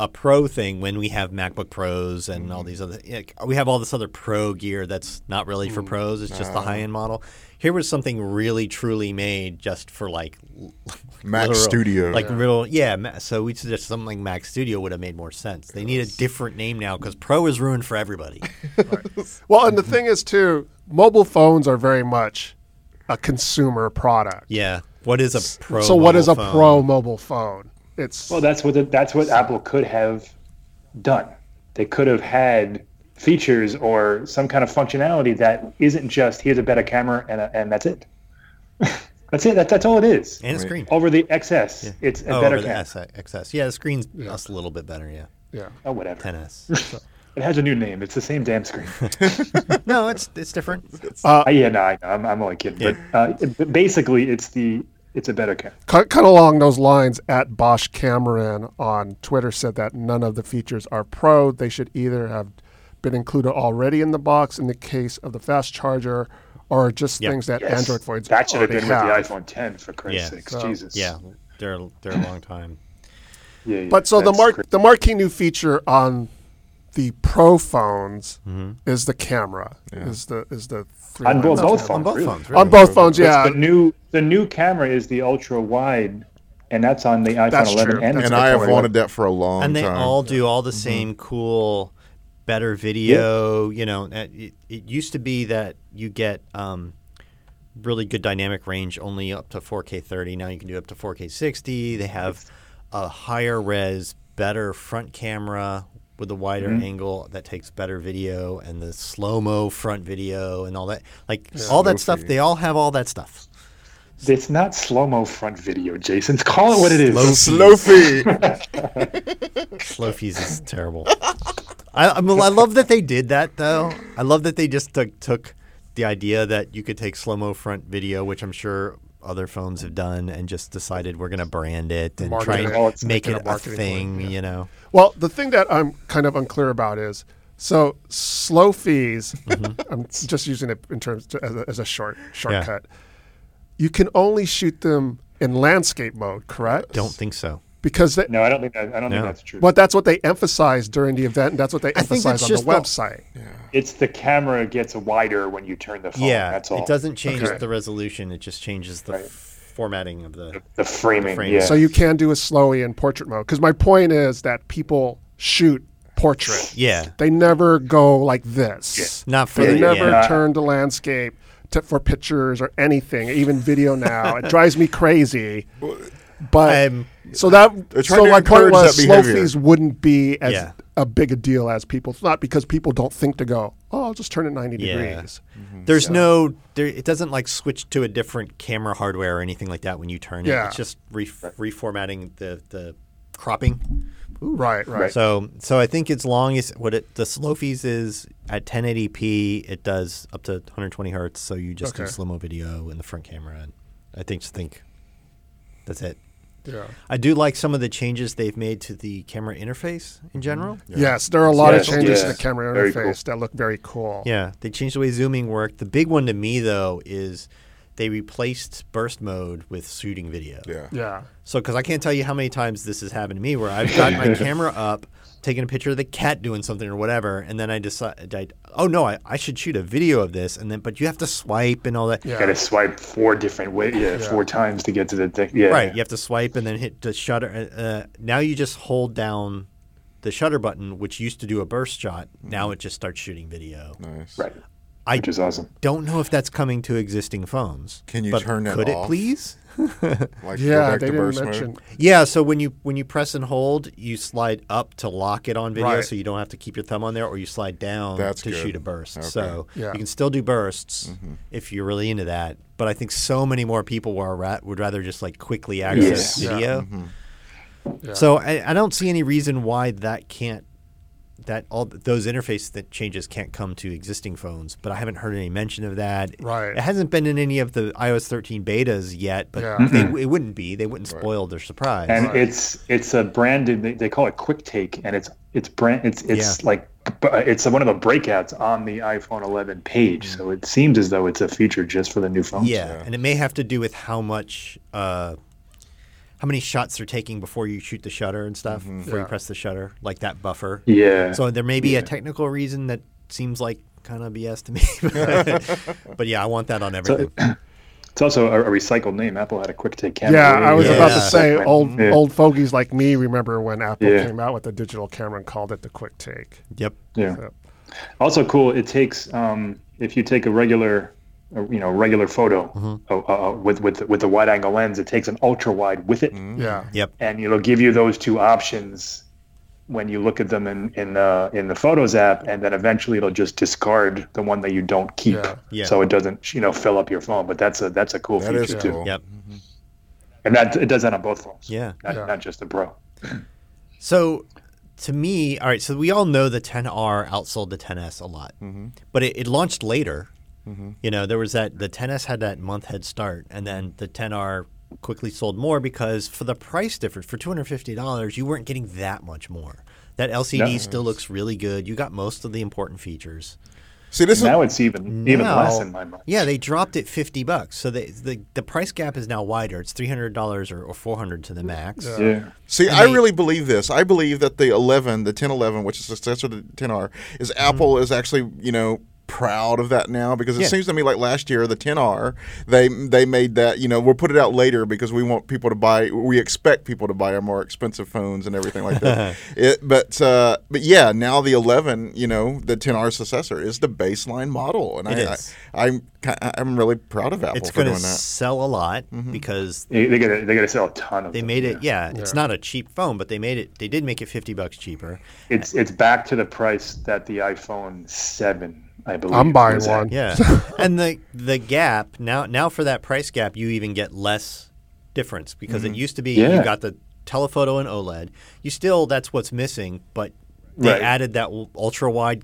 Speaker 2: a pro thing when we have MacBook Pros and
Speaker 1: Mm-hmm.
Speaker 2: all these other. yeah, We have all this other pro gear that's not really
Speaker 1: Mm-hmm.
Speaker 2: for pros. It's just the
Speaker 1: Uh-huh.
Speaker 2: high end model. Here was something really truly made just for like
Speaker 3: Mac
Speaker 2: literal-
Speaker 3: Studio.
Speaker 2: like real yeah. Ma- So we suggest something like Mac Studio would have made more sense. They need a different name now because Pro is ruined for everybody.
Speaker 1: Well, and the thing is, too, mobile phones are very much a consumer product.
Speaker 2: yeah, what is a pro?
Speaker 1: so, what is a
Speaker 2: mobile phone?
Speaker 1: pro mobile phone? It's
Speaker 4: Well, that's what the, that's what Apple could have done. They could have had features or some kind of functionality that isn't just here's a better camera and a, and that's it. that's it. That, that's all it is.
Speaker 2: and a screen?
Speaker 4: over the XS, it's a
Speaker 2: oh,
Speaker 4: better
Speaker 2: over the
Speaker 4: camera.
Speaker 2: S- XS. Yeah, the screen's just a little bit better. Yeah,
Speaker 1: yeah.
Speaker 4: Oh, whatever.
Speaker 2: 10s.
Speaker 4: It has a new name. It's the same damn screen.
Speaker 2: no, it's it's different.
Speaker 4: Uh, yeah, no, I know. I'm, I'm only kidding. But uh, it- but basically, it's the it's a better camera.
Speaker 1: Cut, cut along those lines, at Bosch Cameron on Twitter said that none of the features are pro. They should either have been included already in the box in the case of the fast charger, or just
Speaker 2: Yeah.
Speaker 1: things that
Speaker 4: Yes.
Speaker 1: Android phones
Speaker 4: that should have
Speaker 1: already
Speaker 4: been with the iPhone 10 for
Speaker 2: Yeah.
Speaker 4: Christ's sakes.
Speaker 1: So-
Speaker 4: Jesus.
Speaker 2: Yeah, they're they're a long time.
Speaker 4: Yeah, yeah,
Speaker 1: But so the
Speaker 4: that's
Speaker 1: mark
Speaker 4: great.
Speaker 1: the marquee new feature on the Pro phones is the camera. Is the is the three
Speaker 4: on both,
Speaker 1: lines
Speaker 4: both
Speaker 1: camera.
Speaker 2: On
Speaker 4: phones.
Speaker 2: both
Speaker 4: really.
Speaker 2: phones, really.
Speaker 1: on both phones.
Speaker 4: It's
Speaker 1: Yeah,
Speaker 4: The new the new camera is the ultra wide, and that's on the iPhone
Speaker 1: That's
Speaker 4: 11
Speaker 1: true.
Speaker 4: and,
Speaker 1: That's
Speaker 3: and
Speaker 4: the
Speaker 3: I have
Speaker 4: 11.
Speaker 3: wanted that for a long
Speaker 2: and they
Speaker 3: time. Mm-hmm.
Speaker 2: all do all the same cool, better video. You know, that- it, it used to be that you get um, really good dynamic range only up to 4K 30. Now you can do up to 4K 60. They have a higher res, better front camera with a wider
Speaker 3: Mm-hmm.
Speaker 2: angle that takes better video and the slow mo front video and all that. Like all that stuff. They all have all that stuff.
Speaker 4: It's not slow mo front video, Jason. Call it what it is.
Speaker 2: Slow-
Speaker 3: Slow feed.
Speaker 2: Slow fuse is terrible. I, I, mean, I love that they did that though. I love that they just took, took the idea that you could take slow mo front video, which I'm sure other phones have done, and just decided we're going to brand it and
Speaker 1: Market
Speaker 2: try
Speaker 1: it.
Speaker 2: and
Speaker 1: Oh, it's
Speaker 2: make
Speaker 1: making
Speaker 2: it
Speaker 1: a
Speaker 2: a,
Speaker 1: marketing
Speaker 2: thing.
Speaker 1: point, yeah.
Speaker 2: You know,
Speaker 1: Well, the thing that I'm kind of unclear about is so slow fees.
Speaker 2: Mm-hmm.
Speaker 1: I'm s- just using it in terms to, as, a, as a short shortcut. You can only shoot them in landscape mode, correct?
Speaker 2: don't think so.
Speaker 1: because they,
Speaker 4: No, I don't think that, I don't
Speaker 2: No.
Speaker 4: think that's true.
Speaker 1: but that's what they emphasize during the event, and that's what they
Speaker 2: think
Speaker 1: emphasize
Speaker 2: it's
Speaker 1: on the
Speaker 2: just the-
Speaker 1: website.
Speaker 4: It's the camera gets wider when you turn the phone.
Speaker 2: yeah,
Speaker 4: that's all.
Speaker 2: it doesn't change
Speaker 1: Okay.
Speaker 2: the resolution. It just changes the f- formatting of the.
Speaker 4: The framing.
Speaker 2: frame.
Speaker 4: Yeah.
Speaker 1: So you can do a slowy in portrait mode. Because my point is that people shoot portrait.
Speaker 2: Yeah,
Speaker 1: They never go like this.
Speaker 2: not for
Speaker 1: They
Speaker 2: the.
Speaker 1: never
Speaker 2: yeah.
Speaker 1: turn to landscape to, for pictures or anything, even video now. it drives me crazy. But
Speaker 2: I'm-
Speaker 1: so that
Speaker 3: They're trying
Speaker 1: so
Speaker 3: to
Speaker 1: my point
Speaker 3: encourage
Speaker 1: was
Speaker 3: that
Speaker 1: slow
Speaker 3: behavior.
Speaker 1: fees wouldn't be as
Speaker 2: Yeah.
Speaker 1: a big a deal as people not because people don't think to go. Oh, I'll just turn it ninety
Speaker 2: Yeah.
Speaker 1: degrees.
Speaker 2: There's no, there, it doesn't like switch to a different camera hardware or anything like that when you turn
Speaker 1: Yeah.
Speaker 2: it. It's just re- reformatting the the cropping.
Speaker 1: Right, right.
Speaker 2: So so I think as long as what it the slow fees is at 1080p, it does up to 120 hertz. So you just do
Speaker 1: Okay.
Speaker 2: slow mo video in the front camera, and I think just think that's it.
Speaker 1: Yeah.
Speaker 2: I do like some of the changes they've made to the camera interface in general.
Speaker 1: Yes, there are a lot
Speaker 4: Yes,
Speaker 1: of changes to the
Speaker 4: yes.
Speaker 1: camera
Speaker 4: Very
Speaker 1: interface that look very cool.
Speaker 2: Yeah, they changed the way zooming worked. The big one to me though is they replaced burst mode with shooting video.
Speaker 3: Yeah.
Speaker 1: Yeah.
Speaker 2: So, because I can't tell you how many times this has happened to me, where I've got my camera up, taking a picture of the cat doing something or whatever, and then I decide, I, oh no, I, I should shoot a video of this, and then but you have to swipe and all that.
Speaker 1: Yeah.
Speaker 4: Got to swipe four different ways. Yeah, Four times to get to the thing. Yeah.
Speaker 2: Right, you have to swipe and then hit the shutter. uh, Uh, now you just hold down the shutter button, which used to do a burst shot. Now it just starts shooting video.
Speaker 3: Nice.
Speaker 4: Right.
Speaker 2: I-
Speaker 4: Which is awesome.
Speaker 2: Don't know if that's coming to existing phones.
Speaker 3: Can you
Speaker 2: but
Speaker 3: turn that
Speaker 2: Could it
Speaker 3: off?
Speaker 2: please?
Speaker 3: Like, go
Speaker 1: Yeah,
Speaker 3: back
Speaker 1: they
Speaker 3: to
Speaker 1: didn't
Speaker 3: burst mode.
Speaker 1: mention.
Speaker 2: Yeah, so when you when you press and hold, you slide up to lock it on video,
Speaker 1: Right.
Speaker 2: so you don't have to keep your thumb on there, or you slide down
Speaker 3: That's
Speaker 2: to
Speaker 3: good.
Speaker 2: shoot a burst.
Speaker 3: Okay.
Speaker 2: So
Speaker 1: Yeah.
Speaker 2: you can still do bursts if you're really into that. But I think so many more people were ra- would rather just like quickly access
Speaker 4: Yes. Yeah.
Speaker 2: video.
Speaker 1: Mm-hmm.
Speaker 2: So I, I don't see any reason why that can't that all th- those interface that changes can't come to existing phones. But I haven't heard any mention of that.
Speaker 1: Right.
Speaker 2: It hasn't been in any of the iOS 13 betas yet, but
Speaker 1: Yeah.
Speaker 2: they, it wouldn't be. They wouldn't spoil their surprise.
Speaker 4: and it's it's a branded they, they call it quick take and it's it's brand it's it's like b- uh, it's one of the breakouts on the iphone 11 page so it seems as though it's a feature just for the new phones
Speaker 2: Mm-hmm. Yeah, and it may have to do with how much, uh, how many shots they're taking before you shoot the shutter and stuff, before
Speaker 1: Yeah.
Speaker 2: you press the shutter, like that buffer.
Speaker 4: yeah
Speaker 2: So there may be a technical reason that seems like kind of BS to me, but, yeah, I want that on everything.
Speaker 4: it's also a, a recycled name apple had a quick take camera
Speaker 1: Yeah, I was about to
Speaker 2: Yeah.
Speaker 1: say old
Speaker 4: Yeah.
Speaker 1: old fogies like me remember when Apple
Speaker 4: Yeah.
Speaker 1: came out with the digital camera and called it the Quick Take.
Speaker 2: yep.
Speaker 4: yeah
Speaker 1: Yep.
Speaker 4: also cool it takes um if you take a regular uh, you know regular photo
Speaker 2: Mm-hmm.
Speaker 4: uh, uh, with with with the wide angle lens it takes an ultra wide with it
Speaker 2: Mm-hmm.
Speaker 1: Yeah,
Speaker 2: Yep.
Speaker 4: and it'll give you those two options when you look at them in in the in the photos app, and then eventually it'll just discard the one that you don't keep,
Speaker 1: Yeah.
Speaker 2: Yeah.
Speaker 4: so it doesn't you know fill up your phone. But that's a that's a cool
Speaker 3: That is
Speaker 4: feature too,
Speaker 3: cool.
Speaker 2: Yep.
Speaker 4: and that it does that on both phones.
Speaker 2: Yeah.
Speaker 4: not,
Speaker 1: Yeah.
Speaker 4: not just the Pro.
Speaker 2: So to me, all right, so we all know the 10R outsold the 10S a lot,
Speaker 4: Mm-hmm.
Speaker 2: but it, it launched later. You know, there was that the 10S had that month head start, and then the 10R quickly sold more because for the price difference, for $250, you weren't getting that much more. That LCD
Speaker 4: No.
Speaker 2: still looks really good. You got most of the important features.
Speaker 3: See, this is
Speaker 4: Now it's even even
Speaker 2: Now-
Speaker 4: less in my mind.
Speaker 2: Yeah, they dropped it fifty bucks, so they, the the price gap is now wider. It's three hundred dollars or, or four hundred to the max.
Speaker 4: yeah.
Speaker 3: See, I
Speaker 2: they-
Speaker 3: really believe this. I believe that the 11, the 1011, which is successor to the 10R, is Apple is actually, you know, proud of that now because it
Speaker 2: Mm-hmm. Yeah.
Speaker 3: seems to me like last year the 10R, they they made that, you know, we'll put it out later because we want people to buy we expect people to buy our more expensive phones and everything like that. it, but uh, but yeah, now the 11, you know, the 10R successor is the baseline model and
Speaker 2: It
Speaker 3: I,
Speaker 2: is.
Speaker 3: I I'm ki- I'm really proud of Apple
Speaker 2: It's
Speaker 3: for
Speaker 2: going
Speaker 3: doing
Speaker 2: to
Speaker 3: that.
Speaker 2: sell a lot
Speaker 4: Mm-hmm.
Speaker 2: because
Speaker 4: They, they gotta they gotta sell a ton of.
Speaker 2: They
Speaker 4: them,
Speaker 2: made
Speaker 4: yeah.
Speaker 2: it, yeah, It's not a cheap phone, but they made it. They did make it fifty bucks cheaper.
Speaker 4: It's it's back to the price that the iPhone seven, I believe.
Speaker 1: I'm buying
Speaker 4: was at.
Speaker 1: one.
Speaker 2: Yeah, and the the gap now now for that price gap, you even get less difference because it used to be
Speaker 4: Yeah.
Speaker 2: E you got the telephoto and OLED. You still that's what's missing, but They
Speaker 3: Right.
Speaker 2: added that w- ultra wide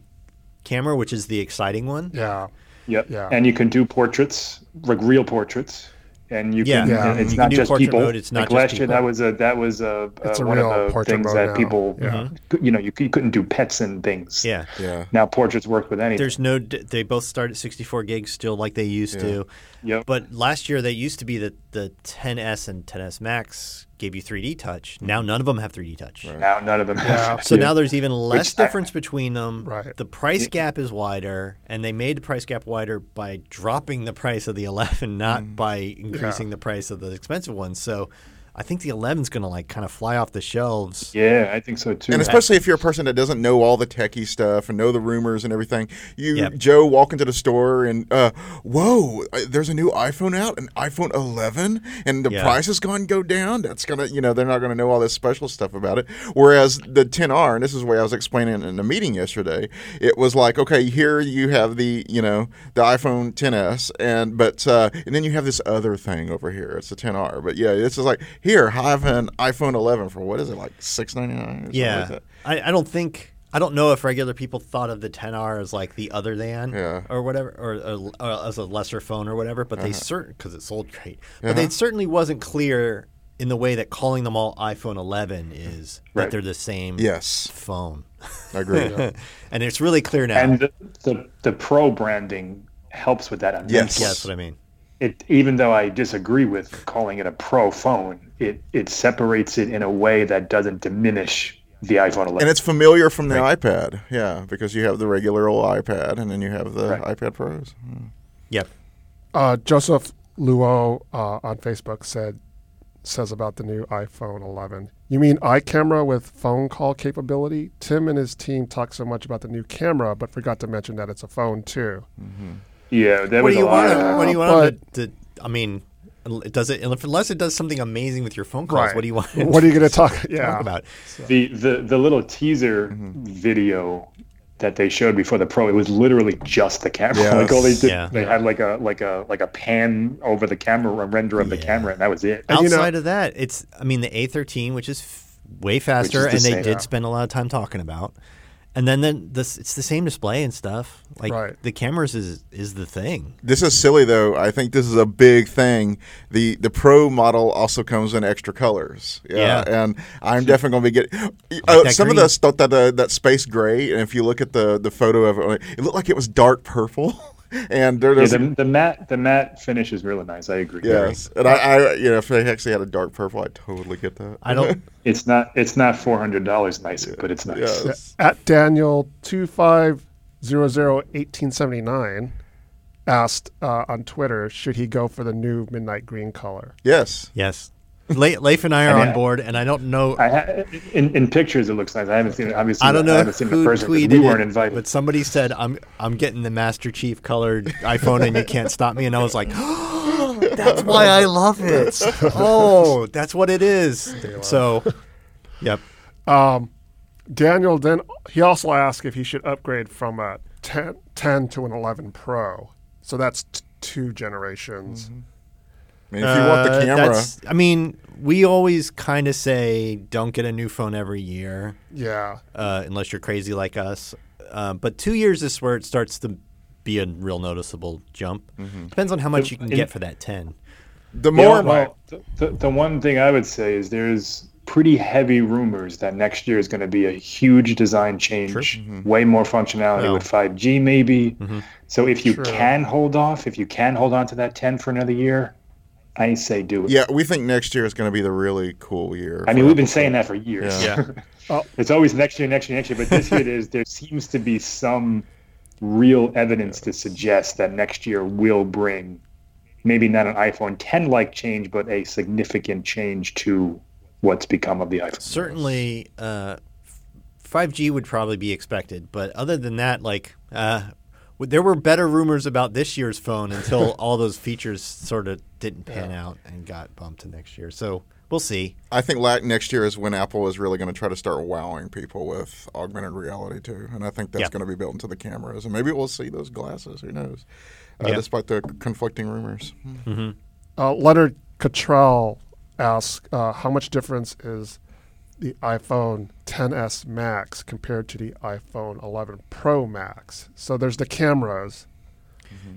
Speaker 2: camera, which is the exciting one.
Speaker 1: Yeah.
Speaker 4: Yep.
Speaker 1: Yeah.
Speaker 4: And you can do portraits, like real portraits. And you can,
Speaker 2: Yeah. Yeah.
Speaker 4: and it's
Speaker 2: You can
Speaker 4: not
Speaker 2: do
Speaker 4: just
Speaker 2: portrait
Speaker 4: people.
Speaker 2: mode, it's not
Speaker 4: like
Speaker 2: just
Speaker 4: last year,
Speaker 2: people.
Speaker 4: that was a that was a, uh,
Speaker 1: It's a
Speaker 4: one
Speaker 1: real
Speaker 4: of the
Speaker 1: portrait
Speaker 4: things
Speaker 1: mode
Speaker 4: that
Speaker 1: now.
Speaker 4: people,
Speaker 1: Yeah.
Speaker 4: cou- you know, you, c- you couldn't do pets and things.
Speaker 2: Mm-hmm. Yeah.
Speaker 3: Yeah.
Speaker 4: Now portraits work with anything.
Speaker 2: There's no. d- They both start at 64 gigs still, like they used to.
Speaker 4: Yep.
Speaker 2: But last year they used to be that the 10s and 10s Max gave you 3D touch. Now none of them have 3D touch.
Speaker 4: now none of them.
Speaker 1: Yeah.
Speaker 2: So now there's even less
Speaker 4: I-
Speaker 2: difference between them.
Speaker 1: Right.
Speaker 2: The price gap is wider, and they made the price gap wider by dropping the price of the 11, not by increasing the price of the expensive ones. So I think the 11's going to like kind of fly off the shelves.
Speaker 4: yeah, I think so too.
Speaker 3: And especially if you're a person that doesn't know all the techie stuff and know the rumors and everything, you
Speaker 2: Yep.
Speaker 3: Joe walk into the store and uh, whoa, uh, there's a new iPhone out, an iPhone 11, and the
Speaker 2: Yeah.
Speaker 3: price is going to go down. That's gonna, you know, they're not gonna know all this special stuff about it. Whereas the 10R, and this is what I was explaining in a meeting yesterday, it was like, okay, here you have the, you know, the iPhone 10s, and but uh, and then you have this other thing over here. It's the 10R, but yeah, this is like here, have an iPhone 11 for what is it like 699?
Speaker 2: Yeah. I, I don't think. I don't know if regular people thought of the 10R as like the other than
Speaker 3: Yeah.
Speaker 2: or whatever, or, or, or as a lesser phone or whatever, but they certain because it sold great, but it certainly wasn't clear in the way that calling them all iPhone 11 is that
Speaker 4: Right.
Speaker 2: they're the same
Speaker 3: Yes,
Speaker 2: phone.
Speaker 3: I agree.
Speaker 2: and it's really clear now.
Speaker 4: and the, the the pro branding helps with that immensely.
Speaker 3: Yes.
Speaker 2: yeah, that's what I mean.
Speaker 4: it even though I disagree with calling it a pro phone, it it separates it in a way that doesn't diminish the iPhone 11.
Speaker 3: And it's familiar from the iPad, yeah, because you have the regular old iPad, and then you have the
Speaker 4: Right.
Speaker 3: iPad Pros.
Speaker 2: Yep.
Speaker 1: Uh, Joseph Luo uh, on Facebook said says about the new iPhone 11. You mean iCamera with phone call capability? Tim and his team talked so much about the new camera, but forgot to mention that it's a phone too.
Speaker 4: yeah, there
Speaker 2: What
Speaker 4: was
Speaker 2: do
Speaker 4: a
Speaker 2: you
Speaker 4: lot.
Speaker 2: want?
Speaker 4: Of,
Speaker 2: what do you want?
Speaker 1: but-
Speaker 2: them to, to, I mean, it does it unless it does something amazing with your phone calls? What do you want?
Speaker 1: What are you going to talk? Yeah.
Speaker 2: talk about?
Speaker 4: the, the the little teaser
Speaker 3: Mm-hmm.
Speaker 4: video that they showed before the pro, it was literally just the camera.
Speaker 3: Yes.
Speaker 4: like all they did,
Speaker 2: Yeah.
Speaker 4: they had like a like a like a pan over the camera, a render of the camera, and that was it.
Speaker 1: you know-
Speaker 2: Outside of that, it's I mean the A13, which is f- way faster,
Speaker 4: the
Speaker 2: and they
Speaker 4: same.
Speaker 2: did spend a lot of time talking about. And then then this it's the same display and stuff. Like
Speaker 1: Right.
Speaker 2: the cameras is is the thing.
Speaker 3: This is silly though. I think this is a big thing. the The Pro model also comes in extra colors. Yeah,
Speaker 2: Yeah.
Speaker 3: and I'm definitely going to be getting. Uh,
Speaker 2: that
Speaker 3: some
Speaker 2: green.
Speaker 3: of us thought that uh, that space gray, and if you look at the the photo of it, it looked like it was dark purple. and there,
Speaker 4: Yeah,
Speaker 3: there's
Speaker 4: the, the matte the matte finish is really nice. I agree.
Speaker 3: yes, and I, I, you know, if they actually had a dark purple, I totally get that.
Speaker 2: I don't.
Speaker 4: It's not it's not four hundred dollars nicer, but it's nice.
Speaker 3: Yes.
Speaker 1: At Daniel two five zero zero eighteen seventy nine asked uh, on Twitter, should he go for the new midnight green color?
Speaker 3: Yes.
Speaker 2: yes, Le- Leif and I are
Speaker 4: mean,
Speaker 2: on board, and I don't know.
Speaker 4: I ha- in, in pictures it looks nice. I haven't seen it. Obviously,
Speaker 2: I don't know
Speaker 4: haven't seen it in
Speaker 2: who
Speaker 4: person 'cause
Speaker 2: tweeted
Speaker 4: we weren't
Speaker 2: it,
Speaker 4: invited.
Speaker 2: but somebody said, "I'm I'm getting the Master Chief colored iPhone, and you can't stop me." And I was like, "That's why I love it. Oh, that's what it is." So, yep,
Speaker 1: Daniel then he also asked if he should upgrade from a 10, 10 to an 11 Pro. So that's t- two generations.
Speaker 2: Mm-hmm.
Speaker 3: I mean, if you want
Speaker 2: Uh,
Speaker 3: the camera,
Speaker 2: that's- I mean, we always kind of say, "Don't get a new phone every year."
Speaker 1: Yeah.
Speaker 2: uh, unless you're crazy like us. Uh, but two years is where it starts to be a real noticeable jump.
Speaker 3: Mm-hmm.
Speaker 2: Depends on how much you can get for that ten.
Speaker 3: the
Speaker 4: Yeah,
Speaker 3: more
Speaker 4: well, th- the, the one thing I would say is there's pretty heavy rumors that next year is going to be a huge design change,
Speaker 2: Mm-hmm.
Speaker 4: way more functionality with 5G maybe. So if you can hold off, if you can hold on to that 10 for another year, I say do it.
Speaker 3: Yeah, we think next year is going to be the really cool year.
Speaker 4: I mean, we've been saying that for years. Oh.
Speaker 3: Yeah.
Speaker 4: it's always next year, next year, next year. But this year, there's there seems to be some real evidence to suggest that next year will bring maybe not an iPhone 10 like change, but a significant change to what's become of the iPhone.
Speaker 2: Certainly, uh, f- 5G would probably be expected. But other than that, like uh, w- there were better rumors about this year's phone until all those features sort of didn't pan out and got bumped to next year. So we'll see.
Speaker 3: I think la- next year is when Apple is really going to try to start wowing people with augmented reality too, and I think that's
Speaker 2: Yeah.
Speaker 3: going to be built into the cameras, and maybe we'll see those glasses. Who knows? Uh,
Speaker 2: Yeah.
Speaker 3: Despite the conflicting rumors,
Speaker 1: Uh, Leonard Cottrell asks, uh, how much difference is the iPhone 10s Max compared to the iPhone 11 Pro Max. So there's the cameras,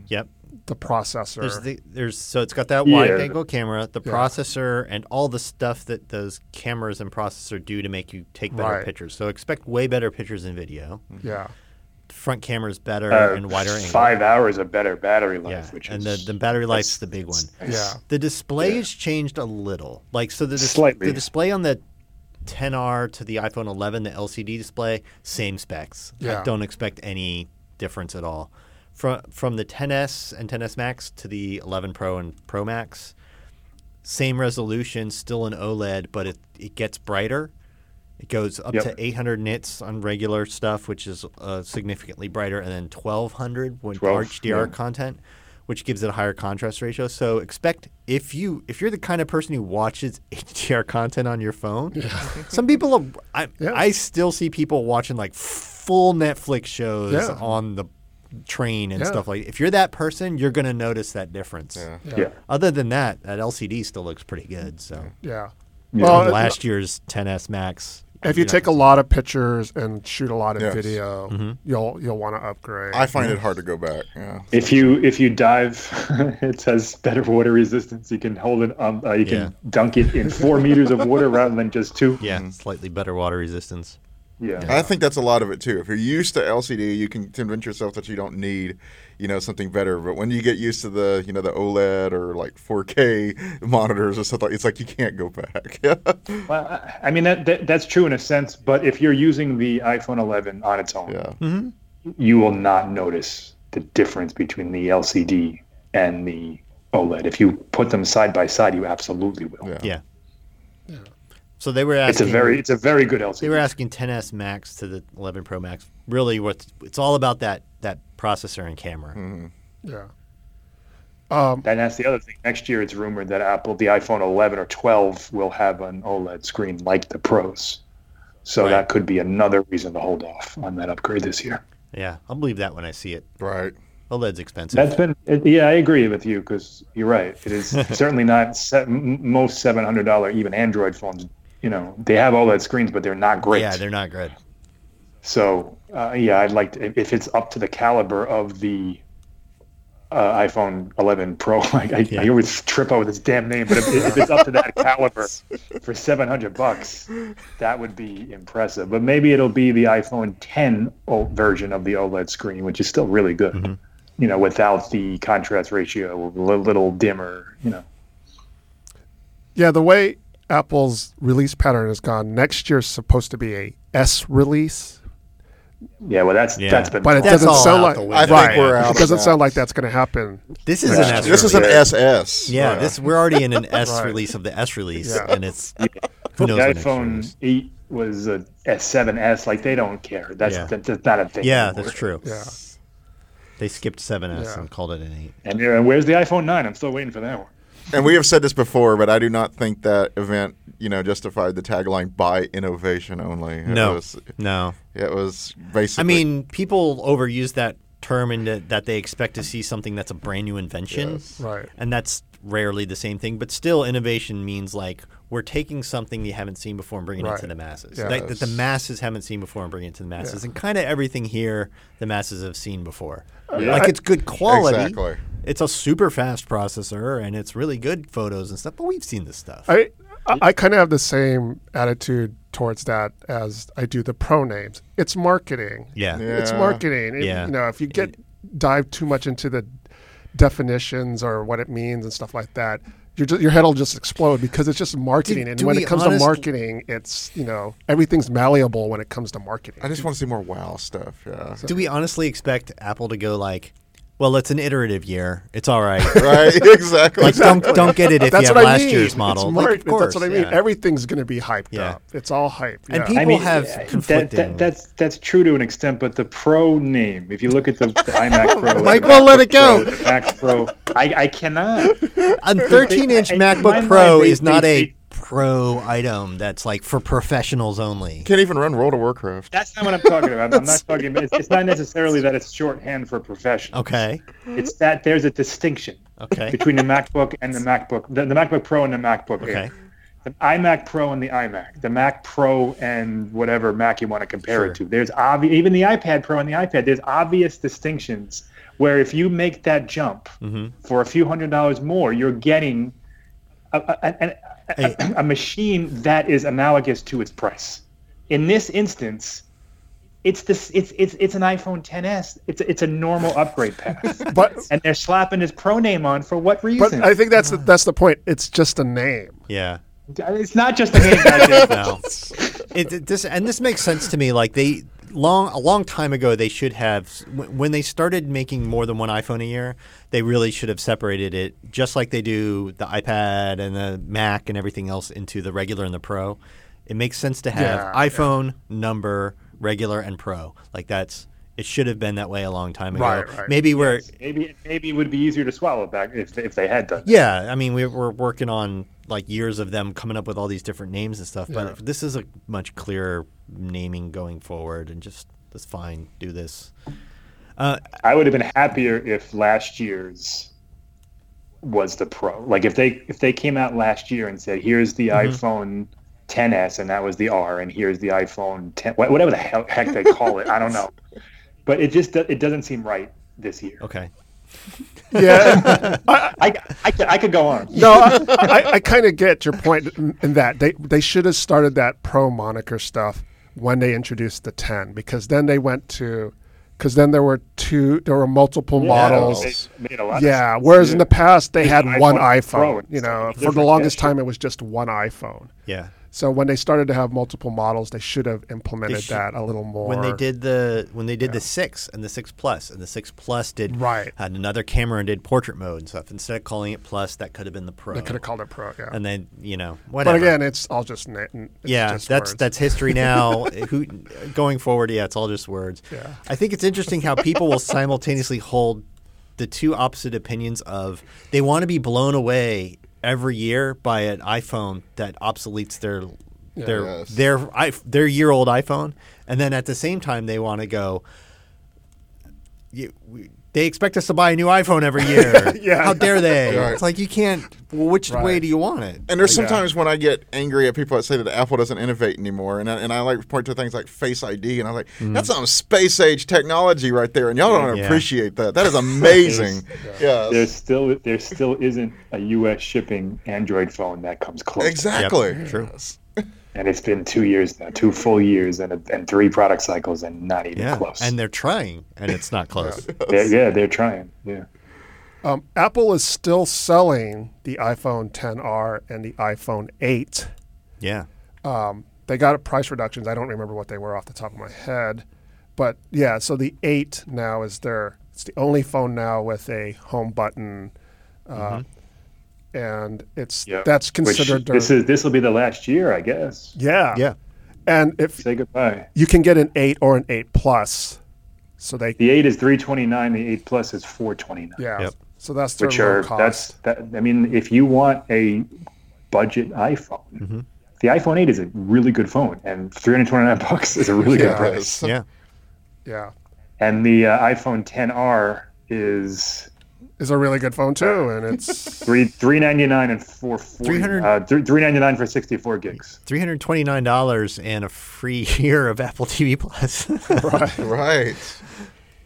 Speaker 2: Yep.
Speaker 1: the processor.
Speaker 2: There's the there's so it's got that
Speaker 4: Yeah.
Speaker 2: wide angle camera, the
Speaker 1: Yeah.
Speaker 2: processor, and all the stuff that those cameras and processor do to make you take better
Speaker 1: Right. Mm.
Speaker 2: pictures. So expect way better pictures in video.
Speaker 1: yeah,
Speaker 2: Front camera's better
Speaker 4: Uh,
Speaker 2: and wider angle.
Speaker 4: Five hours of better battery life,
Speaker 2: yeah,
Speaker 4: which
Speaker 2: and the,
Speaker 4: is
Speaker 2: the battery life's the big one.
Speaker 1: yeah,
Speaker 2: The display has changed a little. Like so, the dis-
Speaker 4: Slightly.
Speaker 2: the display on the 10R to the iPhone 11, the LCD display, same specs. I
Speaker 1: Yeah.
Speaker 2: don't expect any difference at all. From from the 10s and 10s Max to the 11 Pro and Pro Max, same resolution, still an OLED, but it it gets brighter. It goes up
Speaker 4: Yep.
Speaker 2: to 800 nits on regular stuff, which is uh, significantly brighter, and then 1200 when
Speaker 4: 12,
Speaker 2: HDR
Speaker 4: yeah.
Speaker 2: content, which gives it a higher contrast ratio. So expect if you if you're the kind of person who watches HDR content on your phone, some people are, I
Speaker 1: Yeah.
Speaker 2: I still see people watching like full Netflix shows
Speaker 1: Yeah.
Speaker 2: on the train and
Speaker 1: Yeah.
Speaker 2: stuff like. If you're that person, you're gonna notice that difference.
Speaker 3: Yeah.
Speaker 1: yeah,
Speaker 4: yeah.
Speaker 2: Other than that, that LCD still looks pretty good. So
Speaker 1: yeah.
Speaker 4: Yeah.
Speaker 1: Well, uh,
Speaker 2: last year's 10s Max.
Speaker 1: if you
Speaker 2: know,
Speaker 1: take a lot of pictures and shoot a lot of
Speaker 3: Yes.
Speaker 1: video,
Speaker 2: Mm-hmm.
Speaker 1: you'll you'll want to upgrade.
Speaker 3: I find it hard to go back. Yeah.
Speaker 4: If you if you dive, it says better water resistance. You can hold it. Um, uh, you
Speaker 2: Yeah.
Speaker 4: can dunk it in four meters of water rather than just two.
Speaker 2: Yeah, slightly better water resistance.
Speaker 4: Yeah.
Speaker 3: I think that's a lot of it too. If you're used to LCD, you can convince yourself that you don't need, you know, something better. But when you get used to the, you know, the OLED or like 4K monitors or stuff like, it's like you can't go back.
Speaker 4: Well, I- I mean that, that that's true in a sense, but if you're using the iPhone 11 on its own,
Speaker 3: yeah.
Speaker 4: you will not notice the difference between the LCD and the OLED. If you put them side by side, you absolutely will.
Speaker 3: Yeah.
Speaker 2: Yeah. So they were
Speaker 4: It's a
Speaker 2: asking.
Speaker 4: very it's a very good LCD.
Speaker 2: they were asking 10s Max to the 11 Pro Max. Really, what it's all about that that processor and camera.
Speaker 1: yeah, Um,
Speaker 4: And that's the other thing. Next year, it's rumored that Apple, the iPhone 11 or 12, will have an OLED screen like the Pros. So
Speaker 2: Right.
Speaker 4: that could be another reason to hold off on that upgrade this year.
Speaker 2: Yeah, I'll believe that when I see it.
Speaker 3: Right.
Speaker 2: OLED's expensive.
Speaker 4: That's been, it, yeah, I agree with you because you're right. It is certainly not se- m most $700 even Android phones. You know, they have OLED screens, but they're not great.
Speaker 2: Yeah, they're not good.
Speaker 4: So uh, yeah, I'd like to, if it's up to the caliber of the uh, iPhone 11 Pro. Like I,
Speaker 2: Yeah.
Speaker 4: I always trip out with this damn name, but if, if it's up to that caliber for 700 bucks, that would be impressive. But maybe it'll be the iPhone 10 o- version of the OLED screen, which is still really good.
Speaker 2: Mm-hmm.
Speaker 4: You know, without the contrast ratio, a li- little dimmer. You know,
Speaker 1: yeah. The way Apple's release pattern has gone, next year's supposed to be a S release,
Speaker 4: yeah. Well, that's
Speaker 2: Yeah.
Speaker 4: that's been.
Speaker 1: but it
Speaker 2: That's
Speaker 1: doesn't
Speaker 2: all
Speaker 1: sound
Speaker 2: out
Speaker 1: like
Speaker 2: the window.
Speaker 3: I think
Speaker 1: right.
Speaker 3: we're out
Speaker 1: it
Speaker 3: of
Speaker 1: doesn't
Speaker 3: that.
Speaker 1: sound like that's going to happen.
Speaker 2: This is an S.
Speaker 3: This is an
Speaker 2: release.
Speaker 3: SS.
Speaker 2: Yeah, this we're already in an S
Speaker 1: Right.
Speaker 2: release of the S release,
Speaker 1: Yeah.
Speaker 2: and it's who
Speaker 4: the
Speaker 2: knows what next year
Speaker 4: iPhone
Speaker 2: is.
Speaker 4: 8 was a S7S. Like they don't care. That's
Speaker 2: Yeah.
Speaker 4: that- that's not a thing.
Speaker 2: Yeah,
Speaker 4: anymore.
Speaker 2: that's true.
Speaker 1: Yeah,
Speaker 2: They skipped 7s
Speaker 1: Yeah.
Speaker 2: and called it an eight.
Speaker 4: And, and where's the iPhone 9? I'm still waiting for that one.
Speaker 3: And we have said this before, but I do not think that event, you know, justified the tagline "by innovation only." It
Speaker 2: No,
Speaker 3: was,
Speaker 2: no.
Speaker 3: it was
Speaker 2: I
Speaker 3: basically.
Speaker 2: mean, people overuse that term and that, that they expect to see something that's a brand new invention.
Speaker 1: right.
Speaker 2: And that's rarely the same thing, but still, innovation means like we're taking something you haven't seen before and bringing it
Speaker 1: Right.
Speaker 2: to the masses.
Speaker 1: Yeah.
Speaker 2: That, that the masses haven't seen before and bringing it to the masses. And kind of everything here, the masses have seen before. Like it's good quality.
Speaker 3: Exactly.
Speaker 2: It's a super fast processor and it's really good photos and stuff, but we've seen this stuff.
Speaker 1: I I, I kind of have the same attitude towards that as I do the pro names. It's marketing.
Speaker 2: yeah.
Speaker 3: Yeah.
Speaker 1: It's marketing. It-
Speaker 2: Yeah.
Speaker 1: You know, if you get dive too much into the definitions or what it means and stuff like that, your ju- your head will just explode because it's just marketing. and
Speaker 2: do
Speaker 1: when
Speaker 2: we
Speaker 1: it comes
Speaker 2: honest-
Speaker 1: to marketing, it's you know everything's malleable when it comes to marketing.
Speaker 3: I just want to see more WoW stuff. Yeah.
Speaker 2: Do we honestly expect Apple to go like, well, it's an iterative year. It's all right.
Speaker 3: right. Exactly.
Speaker 2: Like, don't don't get it if
Speaker 1: that's
Speaker 2: you have
Speaker 1: what I
Speaker 2: last
Speaker 1: mean.
Speaker 2: year's model.
Speaker 1: It's
Speaker 2: Like,
Speaker 1: mar-
Speaker 2: of course,
Speaker 1: that's what I mean.
Speaker 2: yeah.
Speaker 1: Everything's going to be hyped
Speaker 2: Yeah.
Speaker 1: up. It's all hype.
Speaker 2: And
Speaker 1: yeah.
Speaker 2: people- have
Speaker 4: yeah, that,
Speaker 2: conflicting-
Speaker 4: that, that's that's true to an extent, but the Pro name, if you look at the, the iMac Pro,
Speaker 2: Mike
Speaker 4: the
Speaker 2: won't let it go.
Speaker 4: Pro, the Mac Pro, I, I cannot.
Speaker 2: A 13-inch
Speaker 4: I- in my
Speaker 2: MacBook
Speaker 4: mind,
Speaker 2: Pro
Speaker 4: they-
Speaker 2: is not
Speaker 4: they-
Speaker 2: a
Speaker 4: they-
Speaker 2: pro item that's like for professionals only.
Speaker 3: Can't even run World of Warcraft.
Speaker 4: That's not what I'm talking about. I'm not talking about. It's, it's not necessarily that it's shorthand for professional.
Speaker 2: Okay.
Speaker 4: It's that there's a distinction
Speaker 2: Okay.
Speaker 4: between the MacBook and the MacBook, the, the MacBook Pro and the MacBook Air.
Speaker 2: Okay.
Speaker 4: the iMac Pro and the iMac, the Mac Pro and whatever Mac you want to compare
Speaker 2: Sure.
Speaker 4: it to. There's obvious, even the iPad Pro and the iPad. There's obvious distinctions where if you make that jump
Speaker 2: Mm-hmm.
Speaker 4: for a few hundred dollars more, you're getting a, a, a, a,
Speaker 1: Uh,
Speaker 2: Hey.
Speaker 4: a machine that is analogous to its price. In this instance, it's this. It's it's it's an iPhone 10s. It's it's a normal upgrade path,
Speaker 1: But
Speaker 4: and they're slapping his pro name on for what
Speaker 1: but
Speaker 4: reason?
Speaker 1: I think that's the, that's the point. It's just a name.
Speaker 2: Yeah.
Speaker 4: it's not just a name. guys.
Speaker 2: No. it, it- this and this makes sense to me. Like they long a long time ago, they should have when when they started making more than one iPhone a year. They really should have separated it, just like they do the iPad and the Mac and everything else into the regular and the Pro. It makes sense to have
Speaker 1: Yeah,
Speaker 2: iPhone number regular and Pro. Like that's it should have been that way a long time ago.
Speaker 1: Right, right.
Speaker 2: Maybe we're
Speaker 4: Maybe maybe it would be easier to swallow back if if they had done. that.
Speaker 2: yeah, I mean, we we're working on like years of them coming up with all these different names and stuff, but this is a much clearer naming going forward, and just that's fine. Do this.
Speaker 4: I would have been happier if last year's was the pro. Like if they if they came out last year and said, "Here's the
Speaker 2: Mm-hmm.
Speaker 4: iPhone 10s," and that was the R, and here's the iPhone 10, wha- whatever the hell heck they call it, I don't know. But it just do- it doesn't seem right this year.
Speaker 2: Okay.
Speaker 1: Yeah.
Speaker 4: I, I, could- I could go on.
Speaker 1: no, I, I, I kind of get your point in, in that they they should have started that pro moniker stuff when they introduced the ten because then they went to because then there were two there were multiple models.
Speaker 4: It made a lot of
Speaker 1: Yeah. Whereas in the past they had
Speaker 4: iPhone
Speaker 1: one
Speaker 4: Pro
Speaker 1: iPhone.
Speaker 4: and
Speaker 1: You
Speaker 4: stuff.
Speaker 1: know,
Speaker 4: It's
Speaker 1: for the
Speaker 4: different.
Speaker 1: longest
Speaker 4: Yeah, sure.
Speaker 1: time it was just one iPhone.
Speaker 2: Yeah.
Speaker 1: So when they started to have multiple models, they should have implemented
Speaker 2: should-
Speaker 1: that a little more.
Speaker 2: When they did the when they did the six and the six plus and the six plus did
Speaker 1: Right.
Speaker 2: had another camera and did portrait mode and stuff instead of calling it plus that could have been the pro
Speaker 1: they could have called it pro. Yeah.
Speaker 2: and then you know
Speaker 1: but
Speaker 2: whatever
Speaker 1: again, it's all just na- it's
Speaker 2: yeah,
Speaker 1: just
Speaker 2: that's
Speaker 1: words.
Speaker 2: that's history now. Who going forward? Yeah, it's all just words.
Speaker 1: Yeah.
Speaker 2: I think it's interesting how people will simultaneously hold the two opposite opinions of they want to be blown away every year by an iPhone that obsoletes their their
Speaker 3: Yes.
Speaker 2: their i their year old iPhone, and then at the same time they want to go. You, we, they expect us to buy a new iPhone every year.
Speaker 1: Yeah.
Speaker 2: How dare they?
Speaker 3: Right.
Speaker 2: It's like you can't. Well, which way do you want it?
Speaker 3: And there's sometimes when I get angry at people that say that Apple doesn't innovate anymore, and I, and I like point to things like Face ID, and I'm like, that's some space age technology right there, and y'all don't
Speaker 2: Mm. Yeah.
Speaker 3: appreciate that. That is amazing. yeah,
Speaker 4: There's still there still isn't a U.S. shipping Android phone that comes close.
Speaker 3: exactly.
Speaker 2: true.
Speaker 4: And it's been two years now, two full years, and and three product cycles, and not even
Speaker 2: Yeah,
Speaker 4: close.
Speaker 2: and they're trying, and it's not close.
Speaker 4: They're- yeah, they're trying. Yeah.
Speaker 1: Um, Apple is still selling the iPhone 10R and the iPhone 8.
Speaker 2: yeah,
Speaker 1: They got price reductions. I don't remember what they were off the top of my head, but yeah. So the 8 now is their. It's the only phone now with a home button,
Speaker 2: Mm-hmm.
Speaker 1: uh, and it's
Speaker 4: Yeah.
Speaker 1: that's
Speaker 4: Which
Speaker 1: considered. their-
Speaker 4: this is this will be the last year, I guess.
Speaker 1: yeah,
Speaker 2: yeah.
Speaker 1: And if
Speaker 4: Say goodbye.
Speaker 1: you can get an 8 or an 8 plus, so they
Speaker 4: The eight is three twenty nine. The eight plus is four twenty nine.
Speaker 1: yeah.
Speaker 2: Yep.
Speaker 1: So that's their
Speaker 4: which
Speaker 1: low
Speaker 4: are
Speaker 1: cost.
Speaker 4: that's that. I mean, if you want a budget iPhone,
Speaker 1: Mm-hmm.
Speaker 4: the iPhone eight is a really good phone, and three hundred twenty nine bucks is a really good price.
Speaker 3: Yes.
Speaker 2: Yeah.
Speaker 1: yeah,
Speaker 4: And the uh, iPhone 10R is
Speaker 1: is a really good phone too, and it's
Speaker 4: three three ninety nine and four forty.
Speaker 2: 300
Speaker 4: Uh, three ninety nine for sixty four gigs.
Speaker 2: $329 and a free year of Apple TV Plus.
Speaker 3: Right.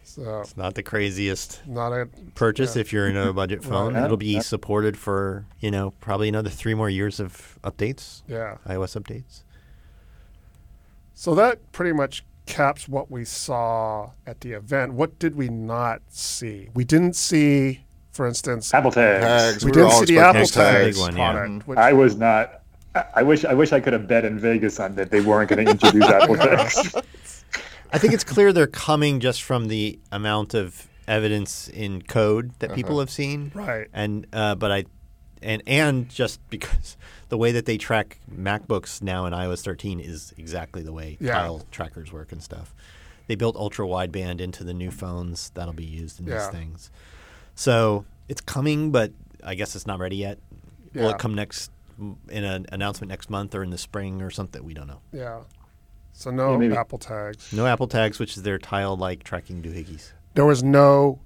Speaker 1: so
Speaker 2: Not the craziest
Speaker 1: not a
Speaker 2: purchase if you're in a budget phone.
Speaker 4: Yeah.
Speaker 2: It'll be supported for, you know, probably another three more years of updates,
Speaker 1: yeah.
Speaker 2: iOS updates.
Speaker 1: So that pretty much caps what we saw at the event. What did we not see? We didn't see, for instance,
Speaker 4: Apple tags.
Speaker 3: Tags.
Speaker 1: we
Speaker 3: were
Speaker 1: didn't
Speaker 3: all
Speaker 1: see the
Speaker 3: expecting
Speaker 1: Apple
Speaker 2: That's the big
Speaker 1: Tags
Speaker 2: one, yeah.
Speaker 1: product. Which,
Speaker 4: I was not. I- I wish I wish I could have bet in Vegas on that they weren't going to introduce Apple tags.
Speaker 2: I think it's clear they're coming just from the amount of evidence in code that
Speaker 4: Uh-huh.
Speaker 2: people have seen.
Speaker 1: Right.
Speaker 2: And uh, but I and and just because the way that they track MacBooks now in iOS 13 is exactly the way
Speaker 1: Yeah.
Speaker 2: tile trackers work and stuff. They built ultra wideband into the new phones that'll be used in
Speaker 1: Yeah.
Speaker 2: these things. So it's coming, but I guess it's not ready yet. Will
Speaker 1: Yeah.
Speaker 2: it come next in an announcement next month or in the spring or something? We don't know.
Speaker 1: yeah. So no
Speaker 4: maybe.
Speaker 1: Apple Tags.
Speaker 2: No Apple Tags, which is their tile-like tracking doohickeys.
Speaker 1: There was no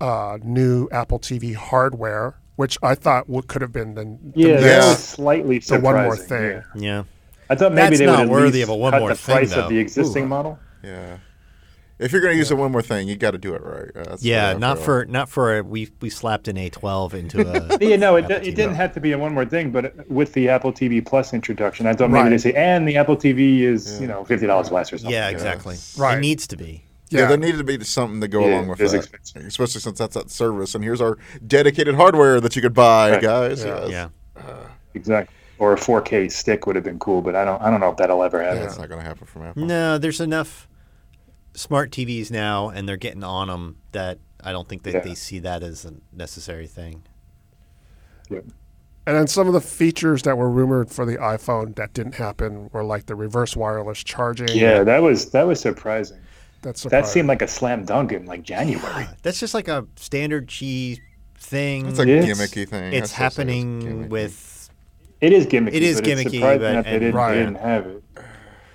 Speaker 1: uh, new Apple TV hardware which I thought would, could have been the, the
Speaker 4: Yeah, that
Speaker 3: Yeah.
Speaker 4: was slightly
Speaker 1: The
Speaker 4: surprising.
Speaker 1: one more thing.
Speaker 4: yeah.
Speaker 2: Yeah.
Speaker 4: I thought maybe
Speaker 2: That's
Speaker 4: they would
Speaker 2: not
Speaker 4: at
Speaker 2: worthy
Speaker 4: least
Speaker 2: of a one
Speaker 4: cut
Speaker 2: more
Speaker 4: the
Speaker 2: thing,
Speaker 4: price
Speaker 2: though.
Speaker 4: of the existing
Speaker 2: Ooh.
Speaker 4: model.
Speaker 3: Yeah. If you're going to use it one more thing, you got to do it right. Uh, that's-
Speaker 2: Yeah,
Speaker 3: uh,
Speaker 2: not for not for a, we we slapped an A12 into a
Speaker 4: Yeah, no, it,
Speaker 2: Apple
Speaker 4: it
Speaker 2: TV.
Speaker 4: didn't have to be a one more thing, but with the Apple TV Plus introduction, I thought maybe
Speaker 1: Right.
Speaker 4: they say, and the Apple TV is you know fifty dollars less or something.
Speaker 2: Yeah, exactly.
Speaker 1: Right.
Speaker 2: It needs to be.
Speaker 3: Yeah,
Speaker 1: Yeah.
Speaker 3: there needed to be something to go
Speaker 4: Yeah,
Speaker 3: along with
Speaker 4: it's
Speaker 3: that,
Speaker 4: expensive.
Speaker 3: especially since that's that service. And here's our dedicated hardware that you could buy,
Speaker 4: Right.
Speaker 3: guys. Yes.
Speaker 2: Yeah.
Speaker 4: exactly. Or a four K stick would have been cool, but I don't I don't know if that'll ever happen.
Speaker 3: that's not going to happen from Apple.
Speaker 2: No, there's enough smart TVs now and they're getting on them that I don't think that
Speaker 4: Yeah.
Speaker 2: they see that as a necessary thing.
Speaker 1: And then some of the features that were rumored for the iPhone that didn't happen were like the reverse wireless charging.
Speaker 4: Yeah, that was that was surprising.
Speaker 1: that's
Speaker 4: That seemed like a slam dunk in like January.
Speaker 2: That's just like a standard cheese thing.
Speaker 3: It's a
Speaker 4: Yes.
Speaker 3: gimmicky
Speaker 2: it's
Speaker 3: thing. That's what I say, it's
Speaker 2: happening
Speaker 3: gimmicky.
Speaker 2: with
Speaker 4: It is gimmicky.
Speaker 2: It is
Speaker 4: but
Speaker 2: gimmicky,
Speaker 4: It's
Speaker 2: but-
Speaker 4: surprising that they
Speaker 2: and-
Speaker 4: didn't,
Speaker 1: Right.
Speaker 4: they didn't have it.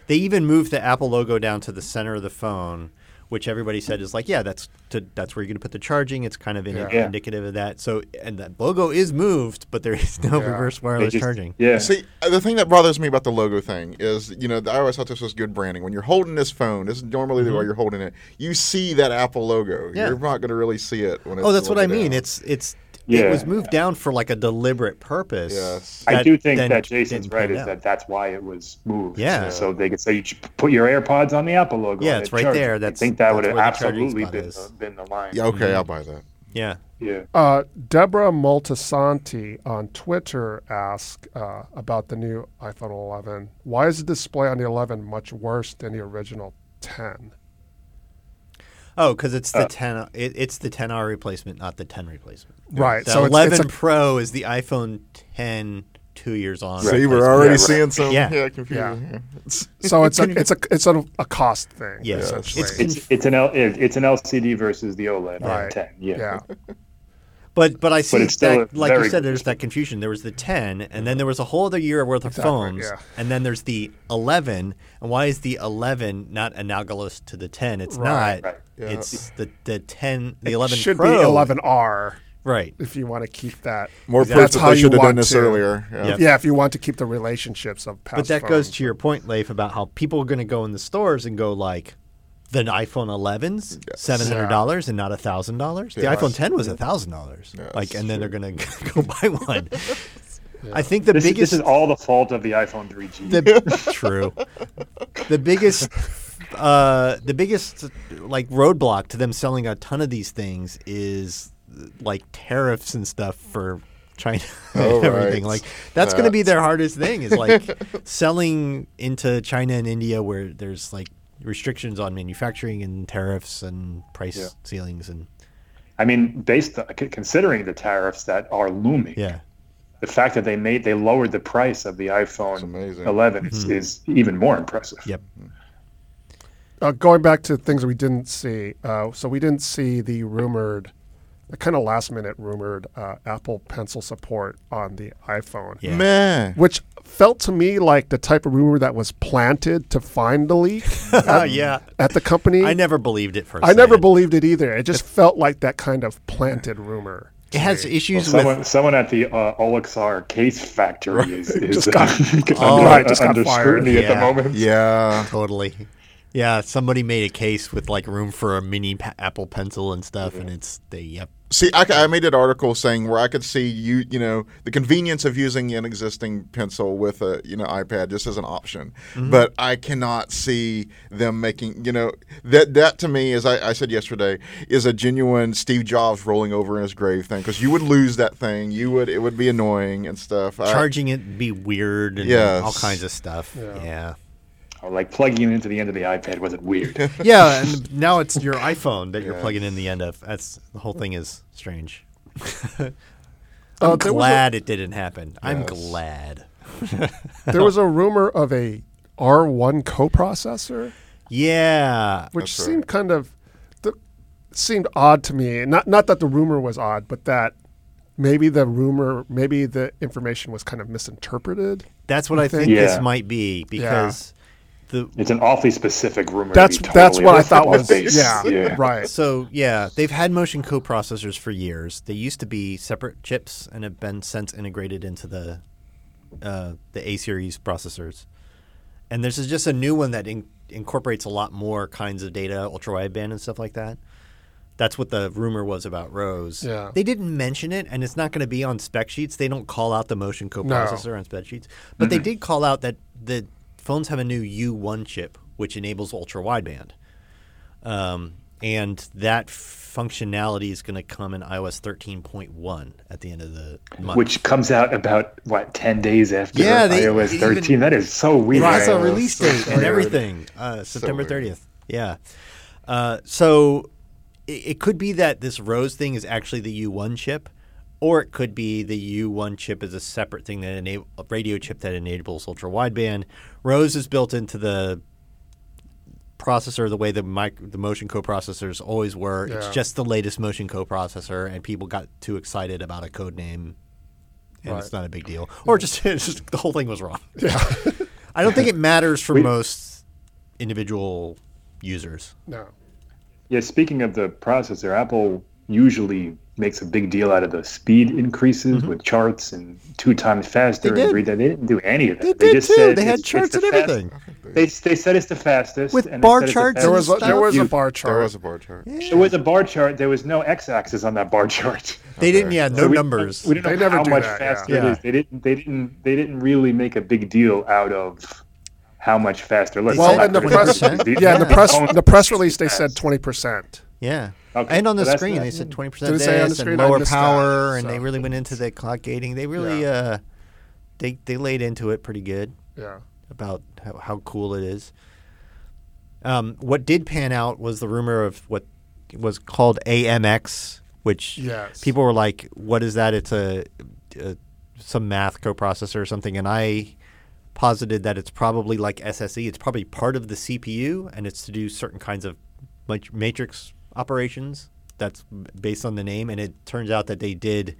Speaker 2: they even moved the Apple logo down to the center of the phone, which everybody said is like, yeah, that's to, that's where you're going to put the charging. It's kind of in,
Speaker 4: Yeah.
Speaker 2: indicative of that. So, and that logo is moved, but there is no
Speaker 1: Yeah.
Speaker 2: reverse
Speaker 4: They
Speaker 2: wireless
Speaker 4: just-
Speaker 2: charging.
Speaker 4: Yeah.
Speaker 3: See, uh, the thing that bothers me about the logo thing is, you know, I always thought this was good branding. When you're holding this phone, this is normally the way you're holding it. You see that Apple logo.
Speaker 2: Mm-hmm. Yeah.
Speaker 3: You're not going to really see it when it's
Speaker 2: Oh, that's what I
Speaker 3: looked
Speaker 2: mean.
Speaker 3: down.
Speaker 2: It's it's it
Speaker 4: Yeah.
Speaker 2: was moved down for like a deliberate purpose.
Speaker 3: Yes.
Speaker 4: I do think
Speaker 2: then
Speaker 4: that Jason's
Speaker 2: didn't
Speaker 4: right
Speaker 2: pan
Speaker 4: is
Speaker 2: out.
Speaker 4: that that's why it was moved.
Speaker 2: Yeah.
Speaker 4: So they could say you should put your AirPods on the Apple logo.
Speaker 2: Yeah,
Speaker 4: and
Speaker 2: it's
Speaker 4: it
Speaker 2: right
Speaker 4: charges.
Speaker 2: there.
Speaker 4: I
Speaker 2: That's-
Speaker 4: think that
Speaker 2: that's
Speaker 4: would have
Speaker 2: where the charging
Speaker 4: absolutely
Speaker 2: spot
Speaker 4: been
Speaker 2: is.
Speaker 4: the, been the line.
Speaker 3: Yeah,
Speaker 2: Mm-hmm.
Speaker 3: okay, I'll buy that.
Speaker 2: yeah.
Speaker 4: Yeah.
Speaker 1: Uh, Deborah Moltisanti on Twitter asked uh, about the new iPhone 11. Why is the display on the 11 much worse than the original 10?
Speaker 2: Oh, because it's
Speaker 4: Uh,
Speaker 2: the ten. It, it's the 10R replacement, not the 10 replacement.
Speaker 1: Right.
Speaker 2: The
Speaker 1: so it's,
Speaker 2: 11
Speaker 1: it's a,
Speaker 2: Pro is the iPhone 10 two years on.
Speaker 3: See, we're
Speaker 2: replacement.
Speaker 3: already
Speaker 4: right.
Speaker 3: seeing some
Speaker 2: Yeah.
Speaker 3: yeah, confusion. Yeah. It's-
Speaker 1: so it's a it's a it's a, a cost thing.
Speaker 2: Yeah.
Speaker 1: essentially.
Speaker 2: It's
Speaker 4: It's, it's an L, it- it's an LCD versus the E OLED
Speaker 1: Right.
Speaker 4: on 10. Yeah.
Speaker 1: yeah.
Speaker 2: But but I see
Speaker 4: it's still
Speaker 2: that,
Speaker 4: a
Speaker 2: like you
Speaker 4: very
Speaker 2: said,
Speaker 4: good
Speaker 2: there's that confusion. There was the 10, and then there was a whole other year worth of phones,
Speaker 1: yeah.
Speaker 2: and then there's the 11. And why is the 11 not analogous to the 10? It's
Speaker 1: Right,
Speaker 2: not.
Speaker 4: right.
Speaker 3: Yeah.
Speaker 2: It's the the 10, the 11
Speaker 1: Should
Speaker 2: Pro.
Speaker 1: be 11R
Speaker 2: Right.
Speaker 1: if you want to keep that.
Speaker 3: More proof
Speaker 1: That's
Speaker 3: that
Speaker 1: how
Speaker 3: they
Speaker 1: you
Speaker 3: should have done
Speaker 1: want
Speaker 3: this
Speaker 1: to.
Speaker 3: earlier.
Speaker 2: Yeah.
Speaker 1: Yeah, if you want to keep the relationships of past
Speaker 2: But that
Speaker 1: phones.
Speaker 2: goes to your point, Leif, about how people are going to go in the stores and go like the iPhone 11s, seven hundred dollars, and not a thousand dollars. The
Speaker 3: Yes.
Speaker 2: iPhone 10 was a thousand dollars,
Speaker 3: Yes,
Speaker 2: like, and then they're going to go buy one. I think the
Speaker 4: This, is,
Speaker 2: biggest
Speaker 4: this is all the fault of the iPhone 3G.
Speaker 2: the true the biggest uh the biggest like roadblock to them selling a ton of these things is like tariffs and stuff for China
Speaker 3: Oh,
Speaker 2: and
Speaker 3: right.
Speaker 2: everything like that's going to be their hardest thing is like selling into China and India where there's like restrictions on manufacturing and tariffs and price
Speaker 4: Yeah.
Speaker 2: ceilings and
Speaker 4: I mean, based on, c- considering the tariffs that are looming,
Speaker 2: yeah
Speaker 4: the fact that they made they lowered the price of the iPhone
Speaker 3: amazing.
Speaker 4: 11 is, is even more impressive.
Speaker 2: Mm-hmm. yep
Speaker 1: uh, going back to things we didn't see. Uh, so we didn't see the rumored, the kind of last minute rumored uh, Apple Pencil support on the iPhone,
Speaker 2: Yeah.
Speaker 3: Man.
Speaker 1: which felt to me like the type of rumor that was planted to find the leak
Speaker 2: oh yeah
Speaker 1: at the company.
Speaker 2: I never believed it first
Speaker 1: Um, I never believed it either. It just felt like that kind of planted rumor.
Speaker 2: it has issues with
Speaker 4: Someone, someone at the uh, Olexar case factory is, is
Speaker 1: got-
Speaker 4: under,
Speaker 1: Oh, right, just got
Speaker 4: under
Speaker 1: fired.
Speaker 4: scrutiny at the
Speaker 2: Yeah.
Speaker 4: moment.
Speaker 3: Yeah.
Speaker 2: Totally. Yeah, somebody made a case with like room for a mini pa- Apple Pencil and stuff, and it's they yep.
Speaker 3: See, I, ca- I made an article saying where I could see you, you know, the convenience of using an existing pencil with a, you know, iPad just as an option. But I cannot see them making, you know, that that to me, as I, I said yesterday, is a genuine Steve Jobs rolling over in his grave thing because you would lose that thing. You would, it would be annoying and stuff. I-
Speaker 2: Charging it would be weird and
Speaker 3: Yes.
Speaker 2: all kinds of stuff. Yeah.
Speaker 4: Or like plugging it into the end of the iPad wasn't weird.
Speaker 2: Yeah, and now it's your iPhone that you're plugging in the end of. That's the whole thing is strange. I'm
Speaker 1: Uh, there was a-
Speaker 2: glad it didn't happen. I'm glad.
Speaker 1: There was a rumor of a R1 coprocessor.
Speaker 2: Yeah.
Speaker 1: which seemed kind of th- seemed odd to me. Not not that the rumor was odd, but that maybe the rumor, maybe the information was kind of misinterpreted.
Speaker 2: That's what I think
Speaker 4: Yeah.
Speaker 2: this might be because the
Speaker 4: It's an awfully specific rumor. to
Speaker 1: That's-
Speaker 4: be
Speaker 1: that's
Speaker 4: totally
Speaker 1: what I thought
Speaker 4: off
Speaker 1: was-
Speaker 4: the base.
Speaker 1: yeah.
Speaker 4: yeah.
Speaker 1: Right.
Speaker 2: So yeah, they've had motion coprocessors for years. They used to be separate chips and have been since integrated into the uh, the A series processors. And this is just a new one that in- incorporates a lot more kinds of data, ultra wideband and stuff like that. That's what the rumor was about Rose.
Speaker 1: Yeah.
Speaker 2: They didn't mention it, and it's not going to be on spec sheets. They don't call out the motion coprocessor on spec sheets, but they did call out that the phones have a new U1 chip, which enables ultra wideband. Um, and that functionality is going to come in iOS 13.1 at the end of the month.
Speaker 4: Which comes out about what ten days after
Speaker 2: Yeah, they- it
Speaker 4: iOS
Speaker 2: even-
Speaker 4: thirteen. that is so weird.
Speaker 2: it has a
Speaker 3: Right.
Speaker 2: release
Speaker 3: So
Speaker 2: date and
Speaker 3: weird.
Speaker 2: everything, uh, September
Speaker 3: weird.
Speaker 2: 30th. Yeah. Uh, so it, it could be that this Rose thing is actually the U1 chip, or it could be the U1 chip is a separate thing that enable a radio chip that enables ultra wideband. Rose is built into the processor the way the mic- the motion coprocessors always were. It's
Speaker 1: Yeah.
Speaker 2: just the latest motion coprocessor, and people got too excited about a code name, and it's not a big deal. Or just, it's just the whole thing was wrong. Yeah, I don't think it matters for most individual users.
Speaker 1: No.
Speaker 4: Yeah, speaking of the processor, Apple usually makes a big deal out of the speed increases with charts and two times faster
Speaker 2: Mm-hmm. They
Speaker 4: and
Speaker 2: did.
Speaker 4: three times. They didn't do any of that.
Speaker 2: They did
Speaker 4: just
Speaker 2: too.
Speaker 4: said
Speaker 2: They had
Speaker 4: it's- it's
Speaker 2: charts
Speaker 4: the
Speaker 2: and
Speaker 4: fast-
Speaker 2: everything.
Speaker 4: They, they said it's the fastest
Speaker 2: With
Speaker 4: and they
Speaker 2: bar
Speaker 4: said it's the
Speaker 2: charts
Speaker 1: There
Speaker 2: and
Speaker 1: was a, there was a
Speaker 4: You-
Speaker 1: bar
Speaker 3: There
Speaker 1: chart.
Speaker 3: was a bar chart.
Speaker 4: There was a bar chart. There was no x-axis on that bar chart.
Speaker 2: They didn't. Yeah, no
Speaker 4: So we-
Speaker 2: numbers.
Speaker 4: We don't know
Speaker 1: They never
Speaker 4: how
Speaker 1: do
Speaker 4: much
Speaker 1: that, yeah.
Speaker 4: faster
Speaker 2: Yeah.
Speaker 4: it is. They didn't. They didn't. They didn't really make a big deal out of how much faster. Let's
Speaker 2: Well,
Speaker 4: not
Speaker 2: in the
Speaker 4: critical
Speaker 2: press-
Speaker 4: disease.
Speaker 1: Yeah, in the press
Speaker 4: Don't-
Speaker 1: the press release they said twenty percent.
Speaker 2: yeah.
Speaker 4: Okay,
Speaker 2: and on the
Speaker 4: so that's
Speaker 2: screen,
Speaker 4: not-
Speaker 2: they said 20%
Speaker 1: Did it
Speaker 2: this
Speaker 1: say on the
Speaker 2: and
Speaker 1: screen? I
Speaker 2: lower
Speaker 1: missed that,
Speaker 2: power, and
Speaker 1: so-
Speaker 2: they really went into the clock gating. They really,
Speaker 1: Yeah.
Speaker 2: uh, they, they laid into it pretty good.
Speaker 1: Yeah.
Speaker 2: about how, how cool it is. Um, what did pan out was the rumor of what was called AMX, which
Speaker 1: Yes.
Speaker 2: people were like, "What is that?" It's a, a some math coprocessor or something, and I posited that it's probably like SSE. It's probably part of the CPU, and it's to do certain kinds of mat- matrix operations. That's based on the name, and it turns out that they did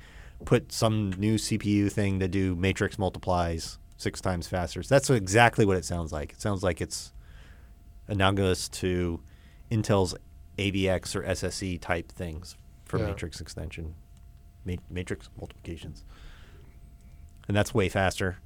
Speaker 2: put some new CPU thing to do matrix multiplies six times faster. So that's exactly what it sounds like. It sounds like it's analogous to Intel's AVX or SSE type things for
Speaker 1: Yeah.
Speaker 2: matrix extension, ma- matrix multiplications. And that's way faster,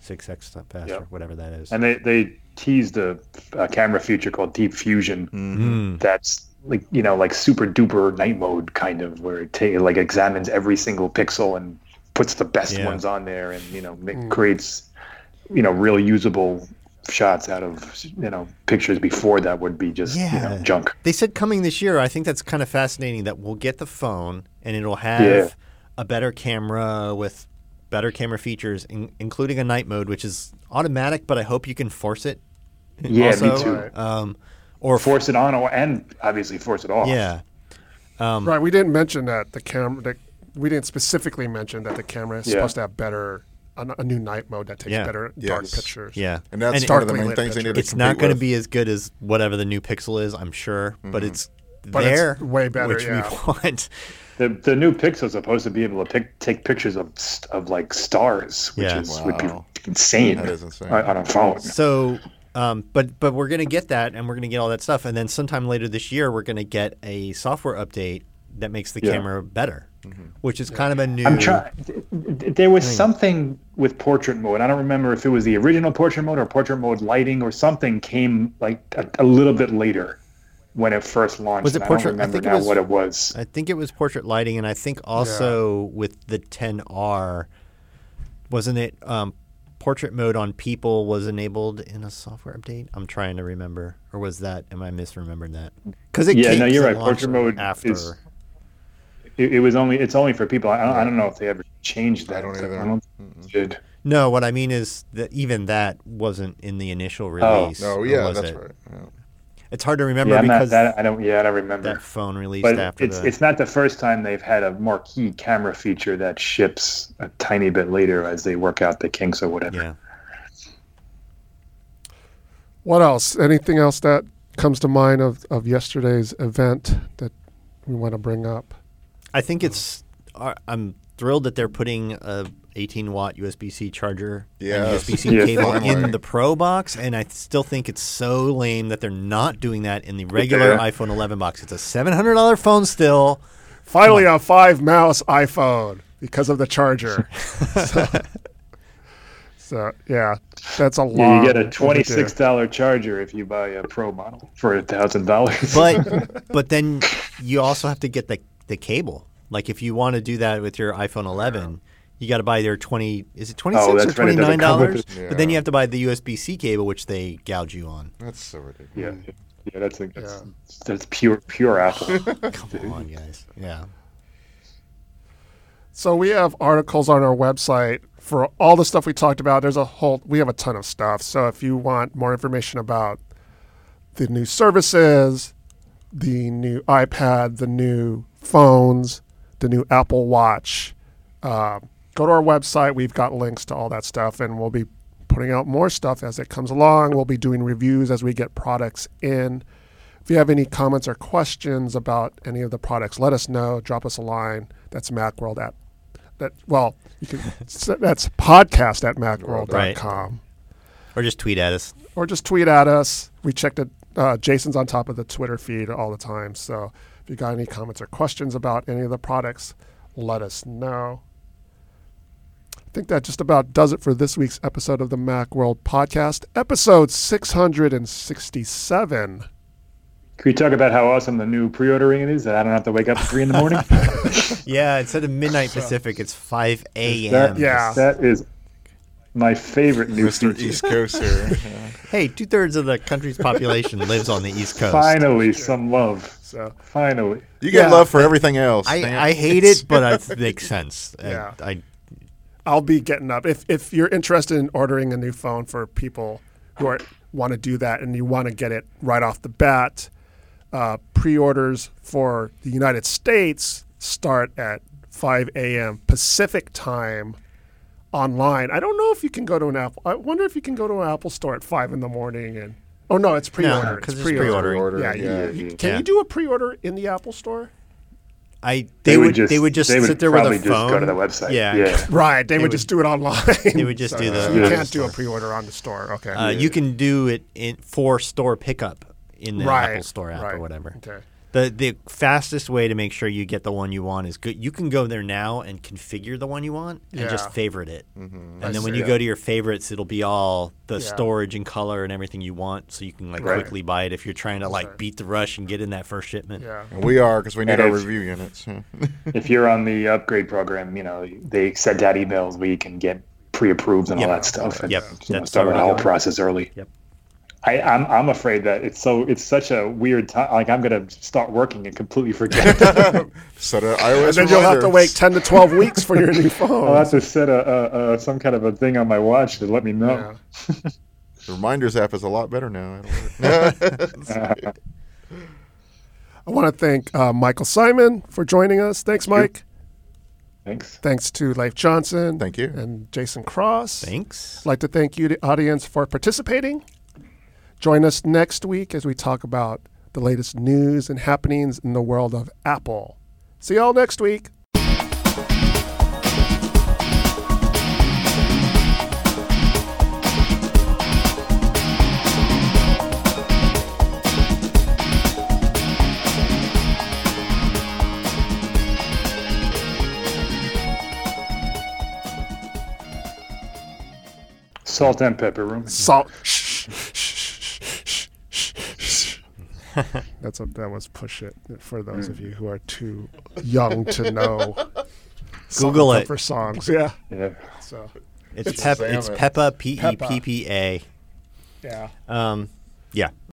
Speaker 2: 6x t- faster,
Speaker 4: Yep.
Speaker 2: whatever that is.
Speaker 4: and they they teased a, a camera feature called Deep Fusion.
Speaker 2: Mm-hmm.
Speaker 4: That's like you know like super duper night mode kind of where it ta- like examines every single pixel and puts the best
Speaker 2: Yeah.
Speaker 4: ones on there and you know it creates you know real usable shots out of you know pictures before that would be just you know,
Speaker 2: Yeah.
Speaker 4: junk.
Speaker 2: They said coming this year. I think that's kind of fascinating that we'll get the phone and it'll have
Speaker 4: Yeah.
Speaker 2: a better camera with better camera features, in, including a night mode, which is automatic, but I hope you can force it.
Speaker 4: Yeah,
Speaker 2: also.
Speaker 4: me too.
Speaker 1: Right.
Speaker 2: Um, or
Speaker 4: Force it on or and obviously force it off.
Speaker 2: Yeah.
Speaker 1: Right. We didn't mention that the camera. That we didn't specifically mention that the camera is
Speaker 4: Yeah.
Speaker 1: supposed to have better a, a new night mode that takes
Speaker 2: Yeah.
Speaker 1: better dark
Speaker 3: Yes.
Speaker 1: pictures.
Speaker 2: Yeah.
Speaker 3: And that's
Speaker 2: it-
Speaker 3: one of the
Speaker 1: darkly
Speaker 3: main
Speaker 1: lit
Speaker 3: things they need to
Speaker 2: it's not
Speaker 3: going to
Speaker 2: be as good as whatever the new Pixel is, I'm sure, but it's
Speaker 1: it's
Speaker 2: there.
Speaker 1: way better,
Speaker 2: which
Speaker 1: yeah.
Speaker 2: we want.
Speaker 4: The, the new Pixel's supposed to be able to pick, take pictures of s- of like stars, which
Speaker 2: Yeah.
Speaker 4: is would be
Speaker 3: Wow.
Speaker 4: insane,
Speaker 3: That is insane.
Speaker 4: On, on a phone.
Speaker 2: So, um, but but we're gonna get that, and we're gonna get all that stuff, and then sometime later this year, we're gonna get a software update that makes the
Speaker 4: Yeah.
Speaker 2: camera better, which is kind of a new.
Speaker 4: I'm trying. There was something with portrait mode. I don't remember if it was the original portrait mode or portrait mode lighting or something came like a, a little bit later when it first launched.
Speaker 2: Was it
Speaker 4: and
Speaker 2: portrait- I
Speaker 4: I don't remember
Speaker 2: think it
Speaker 4: now
Speaker 2: was-
Speaker 4: what it was.
Speaker 2: I think it was portrait lighting, and I think also with the 10R, wasn't it? Um, portrait mode on people was enabled in a software update. I'm trying to remember, or was that? Am I misremembering that? Because it
Speaker 4: Yeah,
Speaker 2: came-
Speaker 4: no, you're
Speaker 2: 'cause it
Speaker 4: right. Portrait
Speaker 2: launched
Speaker 4: mode
Speaker 2: after.
Speaker 4: is- It, it was only. It's only for people. I don't, I don't know if they ever changed that.
Speaker 3: I don't either.
Speaker 4: think they did.
Speaker 2: No, what I mean is that even that wasn't in the initial
Speaker 4: Oh.
Speaker 2: release.
Speaker 3: No,
Speaker 2: or
Speaker 3: yeah,
Speaker 2: was
Speaker 3: that's
Speaker 2: it?
Speaker 3: right. Yeah.
Speaker 2: It's hard to remember
Speaker 4: Yeah, I'm not,
Speaker 2: because
Speaker 4: that, I don't. Yeah, I don't remember.
Speaker 2: that phone released
Speaker 4: but
Speaker 2: after
Speaker 4: it's
Speaker 2: the.
Speaker 4: it's not the first time they've had a marquee camera feature that ships a tiny bit later as they work out the kinks or whatever.
Speaker 2: yeah.
Speaker 1: What else? Anything else that comes to mind of, of yesterday's event that we want to bring up?
Speaker 2: uh, I think it's. I- I'm thrilled that they're putting a 18 watt USB C charger and
Speaker 3: Yes.
Speaker 2: USB C
Speaker 4: Yes.
Speaker 2: cable
Speaker 3: Finally.
Speaker 2: in the Pro box, and I still think it's so lame that they're not doing that in the regular
Speaker 4: Yeah.
Speaker 2: iPhone 11 box. It's a $700 phone still.
Speaker 1: Finally, a five mouse iPhone because of the charger. so, so, yeah, that's a lot.
Speaker 4: Yeah, you get
Speaker 1: to
Speaker 4: a
Speaker 1: do.
Speaker 4: twenty-six dollar charger if you buy a pro model for a thousand dollars.
Speaker 2: But but then you also have to get the the cable. Like if you want to do that with your iPhone 11, you got to buy their 20 is it 26 or
Speaker 4: that's right, it doesn't come with
Speaker 2: 29
Speaker 3: it.
Speaker 2: But then
Speaker 3: Yeah.
Speaker 2: you have to buy the USB C cable which they gouge you on.
Speaker 3: That's so ridiculous.
Speaker 4: yeah, yeah, that's a, that's, that's pure pure Apple.
Speaker 2: Come on, guys. Yeah.
Speaker 1: So we have articles on our website for all the stuff we talked about. There's a whole we have a ton of stuff. So if you want more information about the new services, the new iPad, the new phones, the new Apple Watch, uh, go to our website. We've got links to all that stuff, and we'll be putting out more stuff as it comes along. We'll be doing reviews as we get products in. If you have any comments or questions about any of the products, let us know. Drop us a line. That's Macworld at that. Well, you can. that's podcast at macworld.com.
Speaker 2: Or just tweet at us.
Speaker 1: Or just tweet at us. We check the uh, Jason's on top of the Twitter feed all the time. So if you got any comments or questions about any of the products, let us know. I think that just about does it for this week's episode of the Macworld Podcast, episode 667.
Speaker 4: Can we talk about how awesome the new pre-ordering is? That I don't have to wake up at three in the morning.
Speaker 2: Yeah, instead of midnight Pacific, it's 5 a.m.
Speaker 4: that,
Speaker 1: Yeah.
Speaker 4: that is my favorite new
Speaker 3: Mr.
Speaker 4: feature.
Speaker 3: East Coast here. Yeah.
Speaker 2: Hey, two thirds of the country's population lives on the East Coast.
Speaker 4: Finally, some love.
Speaker 1: So
Speaker 4: Finally,
Speaker 3: You get
Speaker 1: Yeah.
Speaker 3: love for everything else. Damn.
Speaker 2: I, I hate it, but it makes sense. I-
Speaker 1: Yeah.
Speaker 2: I,
Speaker 1: I'll be getting up. If, if you're interested in ordering a new phone for people who are, want to do that and you want to get it right off the bat, uh, pre-orders for the United States start at 5 a.m. Pacific time online. I don't know if you can go to an Apple. I wonder if you can go to an Apple store at five in the morning and. Oh no, it's pre-order.
Speaker 2: 'cause it's
Speaker 1: pre-order.
Speaker 2: pre-ordering.
Speaker 1: Yeah,
Speaker 3: Yeah,
Speaker 1: you-
Speaker 3: you
Speaker 1: you- can
Speaker 2: can't.
Speaker 1: you do a pre-order in the Apple store?
Speaker 2: I they, would, they would just
Speaker 4: they
Speaker 2: sit
Speaker 4: would
Speaker 2: there with a
Speaker 4: probably
Speaker 2: phone.
Speaker 4: Just go to the website.
Speaker 2: Yeah.
Speaker 1: Right, they, would,
Speaker 2: would-
Speaker 1: just do it online.
Speaker 2: They would just do the-
Speaker 1: You
Speaker 4: Yeah.
Speaker 1: can't do a pre-order on the store. Okay.
Speaker 2: Uh, You can do it in, for store pickup in the
Speaker 1: Right,
Speaker 2: Apple Store app
Speaker 1: right.
Speaker 2: or whatever.
Speaker 1: Okay.
Speaker 2: The the fastest way to make sure you get the one you want is good. You can go there now and configure the one you want and
Speaker 1: Yeah. Mm-hmm.
Speaker 2: just favorite it. And
Speaker 1: I
Speaker 2: then when
Speaker 1: see.
Speaker 2: you go to your favorites, it'll be all the
Speaker 1: Yeah.
Speaker 2: storage and color and everything you want, so you can like
Speaker 4: Right.
Speaker 2: quickly buy it if you're trying to like beat the rush and get in that first shipment.
Speaker 1: Yeah.
Speaker 3: And we are because we need
Speaker 4: And
Speaker 3: our
Speaker 4: it's-
Speaker 3: review units. yeah.
Speaker 4: If you're on the upgrade program, you know they send out emails where you can get pre-approved and all
Speaker 2: Yep.
Speaker 4: that stuff. And,
Speaker 2: Yep.
Speaker 4: You know,
Speaker 2: That's
Speaker 4: start with
Speaker 2: already
Speaker 4: the whole
Speaker 2: going.
Speaker 4: process early.
Speaker 2: Yep.
Speaker 4: I, I'm I'm afraid that it's so it's such a weird time. Like I'm gonna start working and completely forget.
Speaker 3: Set a iOS
Speaker 1: And then you'll have
Speaker 3: reminder. Oh,
Speaker 1: to wait 10 to 12 weeks for your new phone.
Speaker 4: I'll have to set a, a, a some kind of a thing on my watch to let me know.
Speaker 1: Yeah.
Speaker 3: The reminders app is a lot better now. It'll work.
Speaker 1: I want to thank uh, Michael Simon for joining us. Thanks, Mike.
Speaker 4: Thanks.
Speaker 1: Thanks to Leif Johnson.
Speaker 3: Thank you.
Speaker 1: And Jason Cross.
Speaker 2: Thanks.
Speaker 1: I'd like to thank you, the audience, for participating. Join us next week as we talk about the latest news and happenings in the world of Apple. See y'all next week.
Speaker 4: Salt and pepper room.
Speaker 1: Salt. Shh, shh, shh, shh, shh, shh. That's what that was. Push it for those of you who are too young to know.
Speaker 2: Google
Speaker 1: Salt
Speaker 2: it.
Speaker 1: for songs. Yeah.
Speaker 4: Yeah.
Speaker 1: So
Speaker 2: It's Pep.
Speaker 3: Sam
Speaker 2: It's
Speaker 3: it.
Speaker 2: Peppa. P e
Speaker 1: Peppa.
Speaker 2: p p a.
Speaker 1: yeah.
Speaker 2: Um, yeah.